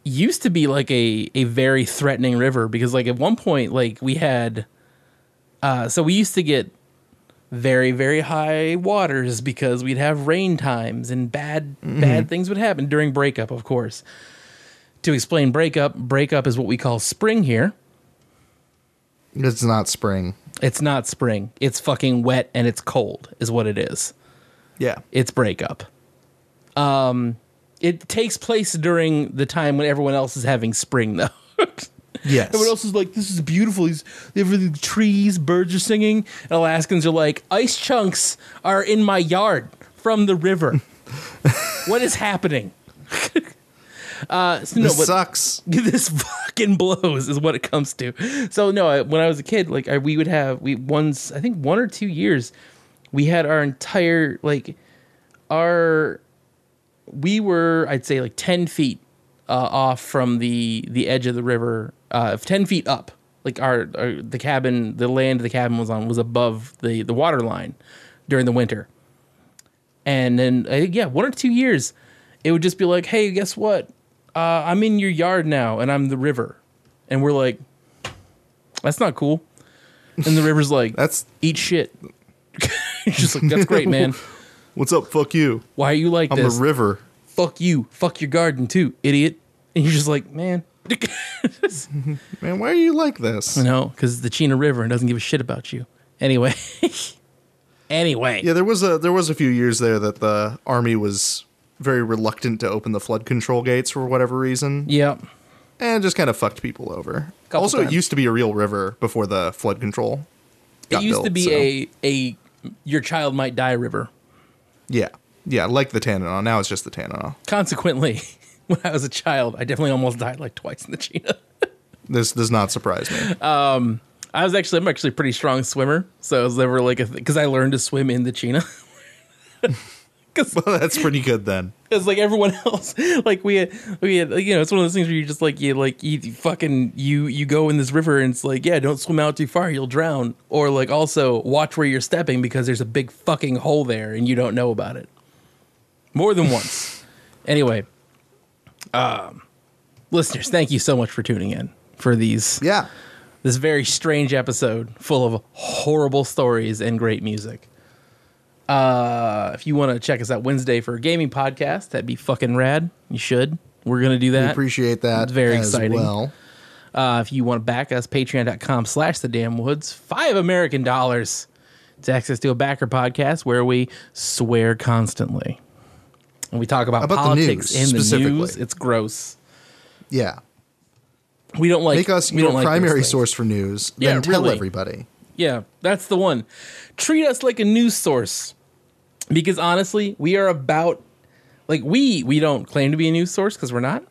A: used to be like a, a very threatening river because, like, at one point, like, we had, uh, so we used to get very, very high waters because we'd have rain times and bad, bad things would happen during breakup, of course. To explain breakup, breakup is what we call spring here.
B: It's not spring.
A: It's not spring. It's fucking wet and it's cold, is what it is.
B: Yeah.
A: It's breakup. Um, it takes place during the time when everyone else is having spring, though.
B: Yes.
A: everyone else is like, "This is beautiful." These everything, trees, birds are singing. And Alaskans are like, "Ice chunks are in my yard from the river." what is happening? uh, so no,
B: this
A: but-
B: sucks.
A: this fucking blows is what it comes to so no I, when i was a kid like I, we would have we once i think one or two years we had our entire like our we were i'd say like 10 feet uh, off from the the edge of the river uh 10 feet up like our, our the cabin the land the cabin was on was above the the water line during the winter and then I think, yeah one or two years it would just be like hey guess what uh, I'm in your yard now and I'm the river. And we're like, that's not cool. And the river's like,
B: That's
A: eat shit. He's just like, that's great, man.
B: what's up. Fuck you.
A: Why are you like
B: I'm
A: this?
B: the river.
A: Fuck you. Fuck your garden too, idiot. And you're just like, man.
B: Man, why are you like this?
A: You know, because the Chena River and doesn't give a shit about you. Anyway. anyway.
B: Yeah, there was a there was a few years there that the army was very reluctant to open the flood control gates for whatever reason,
A: Yep.
B: and just kind of fucked people over.
A: Couple
B: also,
A: times.
B: it used to be a real river before the flood control.
A: It
B: got
A: used to
B: built,
A: be
B: so-
A: a a your child might die river.
B: yeah, yeah, like the Tanana. Now it's just the Tanana.
A: Consequently, when I was a child, I definitely almost died like twice in the Chena.
B: This does not surprise me.
A: I was actually I'm actually a pretty strong swimmer, so it was never like a because I learned to swim in the Chena. Because
B: well, that's pretty good then.
A: Because like everyone else, like we had, we had, like, you know, it's one of those things where you just like you like you fucking you you go in this river and it's like yeah, don't swim out too far, you'll drown. Or like also watch where you're stepping because there's a big fucking hole there and you don't know about it. More than once. anyway, um, listeners, thank you so much for tuning in for these
B: Yeah,
A: this very strange episode full of horrible stories and great music. Uh, if you want to check us out Wednesday for a gaming podcast, that'd be fucking rad. You should. We're gonna do
B: we
A: that.
B: appreciate that.
A: It's very
B: as
A: exciting.
B: Well,
A: Uh, if you want to back us, patreon.com slash the damn woods, five American dollars. It's access to a backer podcast where we swear constantly. And we talk about,
B: About the
A: politics
B: news,
A: and the
B: specifically.
A: news. It's gross.
B: yeah,
A: We don't like
B: make us
A: we
B: your
A: don't like those
B: primary
A: things.
B: source for news.
A: Yeah,
B: then tell
A: really.
B: everybody.
A: Yeah, that's the one. Treat us like a news source. Because honestly, we are about like we we don't claim to be a news source because we're not.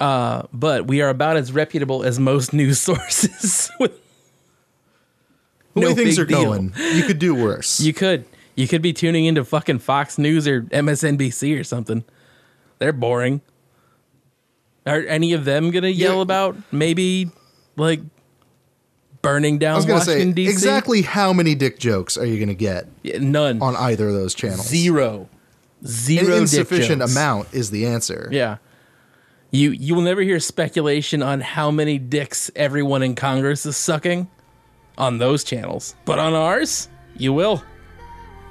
A: Uh, but we are about as reputable as most news sources.
B: The
A: No
B: way things
A: big
B: are
A: deal.
B: going, you could do worse.
A: you could you could be tuning into fucking Fox News or MSNBC or something. They're boring. Are any of them gonna yell
B: Yeah.
A: about maybe like burning down
B: I was going to say
A: Washington D.C.?
B: exactly how many dick jokes are you going to get
A: Yeah, none.
B: on either of those channels?
A: Zero. Zero.
B: An
A: dick
B: insufficient
A: jokes.
B: amount is the answer.
A: Yeah. You you will never hear speculation on how many dicks everyone in Congress is sucking on those channels. But on ours, you will.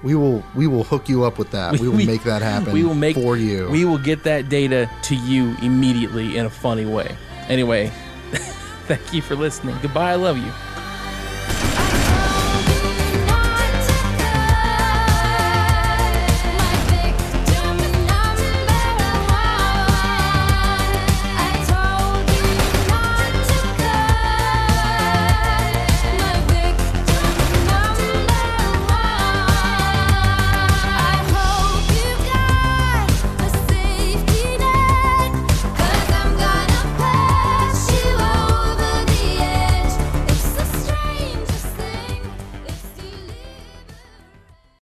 B: We will we will hook you up with that. We will make that happen.
A: We will make
B: for you.
A: We will get that data to you immediately in a funny way. Anyway, thank you for listening. Goodbye. I love you.